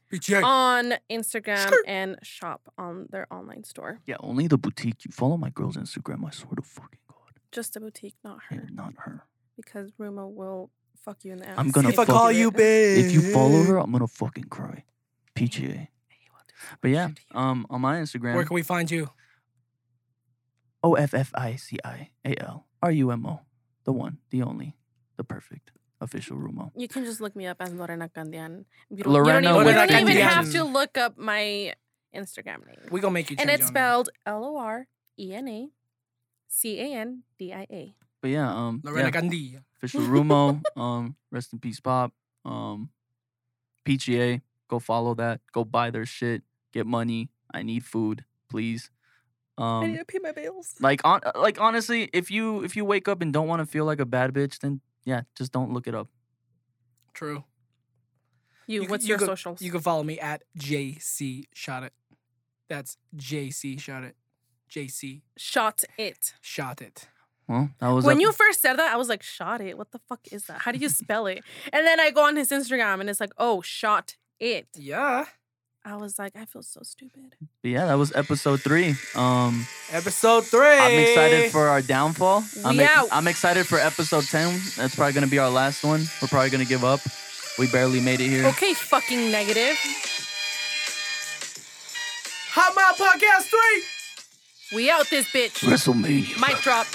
on Instagram
Skirt.
and shop on their online store.
Yeah, only the boutique. You follow my girl's Instagram. I swear to fucking God,
Just a boutique, not her,
and not her. because
because Ruma will fuck you in the ass.
I'm gonna
If I call you babe.
If you follow her, I'm gonna fucking cry. PGA. But yeah, um, on my
Where
Instagram,
can we find you?
O F F I C I A L R U M O, the one, the only, the perfect official Rumo.
You can just look me up as Lorena Candian. You don't,
Lorena
you don't, even, you
with-
don't even
Candian.
have to look up my Instagram name.
We're going to make you change
and it's
your name.
spelled L O R E N A C A N D I A.
But yeah, um,
Lorena
yeah,
Gandhi.
official Rumo. um, rest in peace, Pop. Um, PGA. Go follow that. Go buy their shit. Get money. I need food, please. Um,
to pay my bills.
Like on like honestly, if you if you wake up and don't want to feel like a bad bitch, then yeah, just don't look it up.
True. You
You,
c-
what's
you
your
could-
socials?
You can follow me at JC Shot It. That's JC Shot It. JC
shot it.
Shot It.
Well, that was
When
ep-
you first said that, I was like, shot it. What the fuck is that? How do you spell it? And then I go on his Instagram and it's like, oh, shot it.
Yeah.
I was like, I feel so stupid.
but yeah, that was episode three. Um,
Episode three.
I'm excited for our downfall. I'm,
We
ex-
out.
I'm excited for episode ten. That's probably gonna be our last one. We're probably gonna give up. We barely made it here.
Okay, fucking negative.
Hot Mile Podcast 3.
We out this bitch.
WrestleMania.
Mic drop.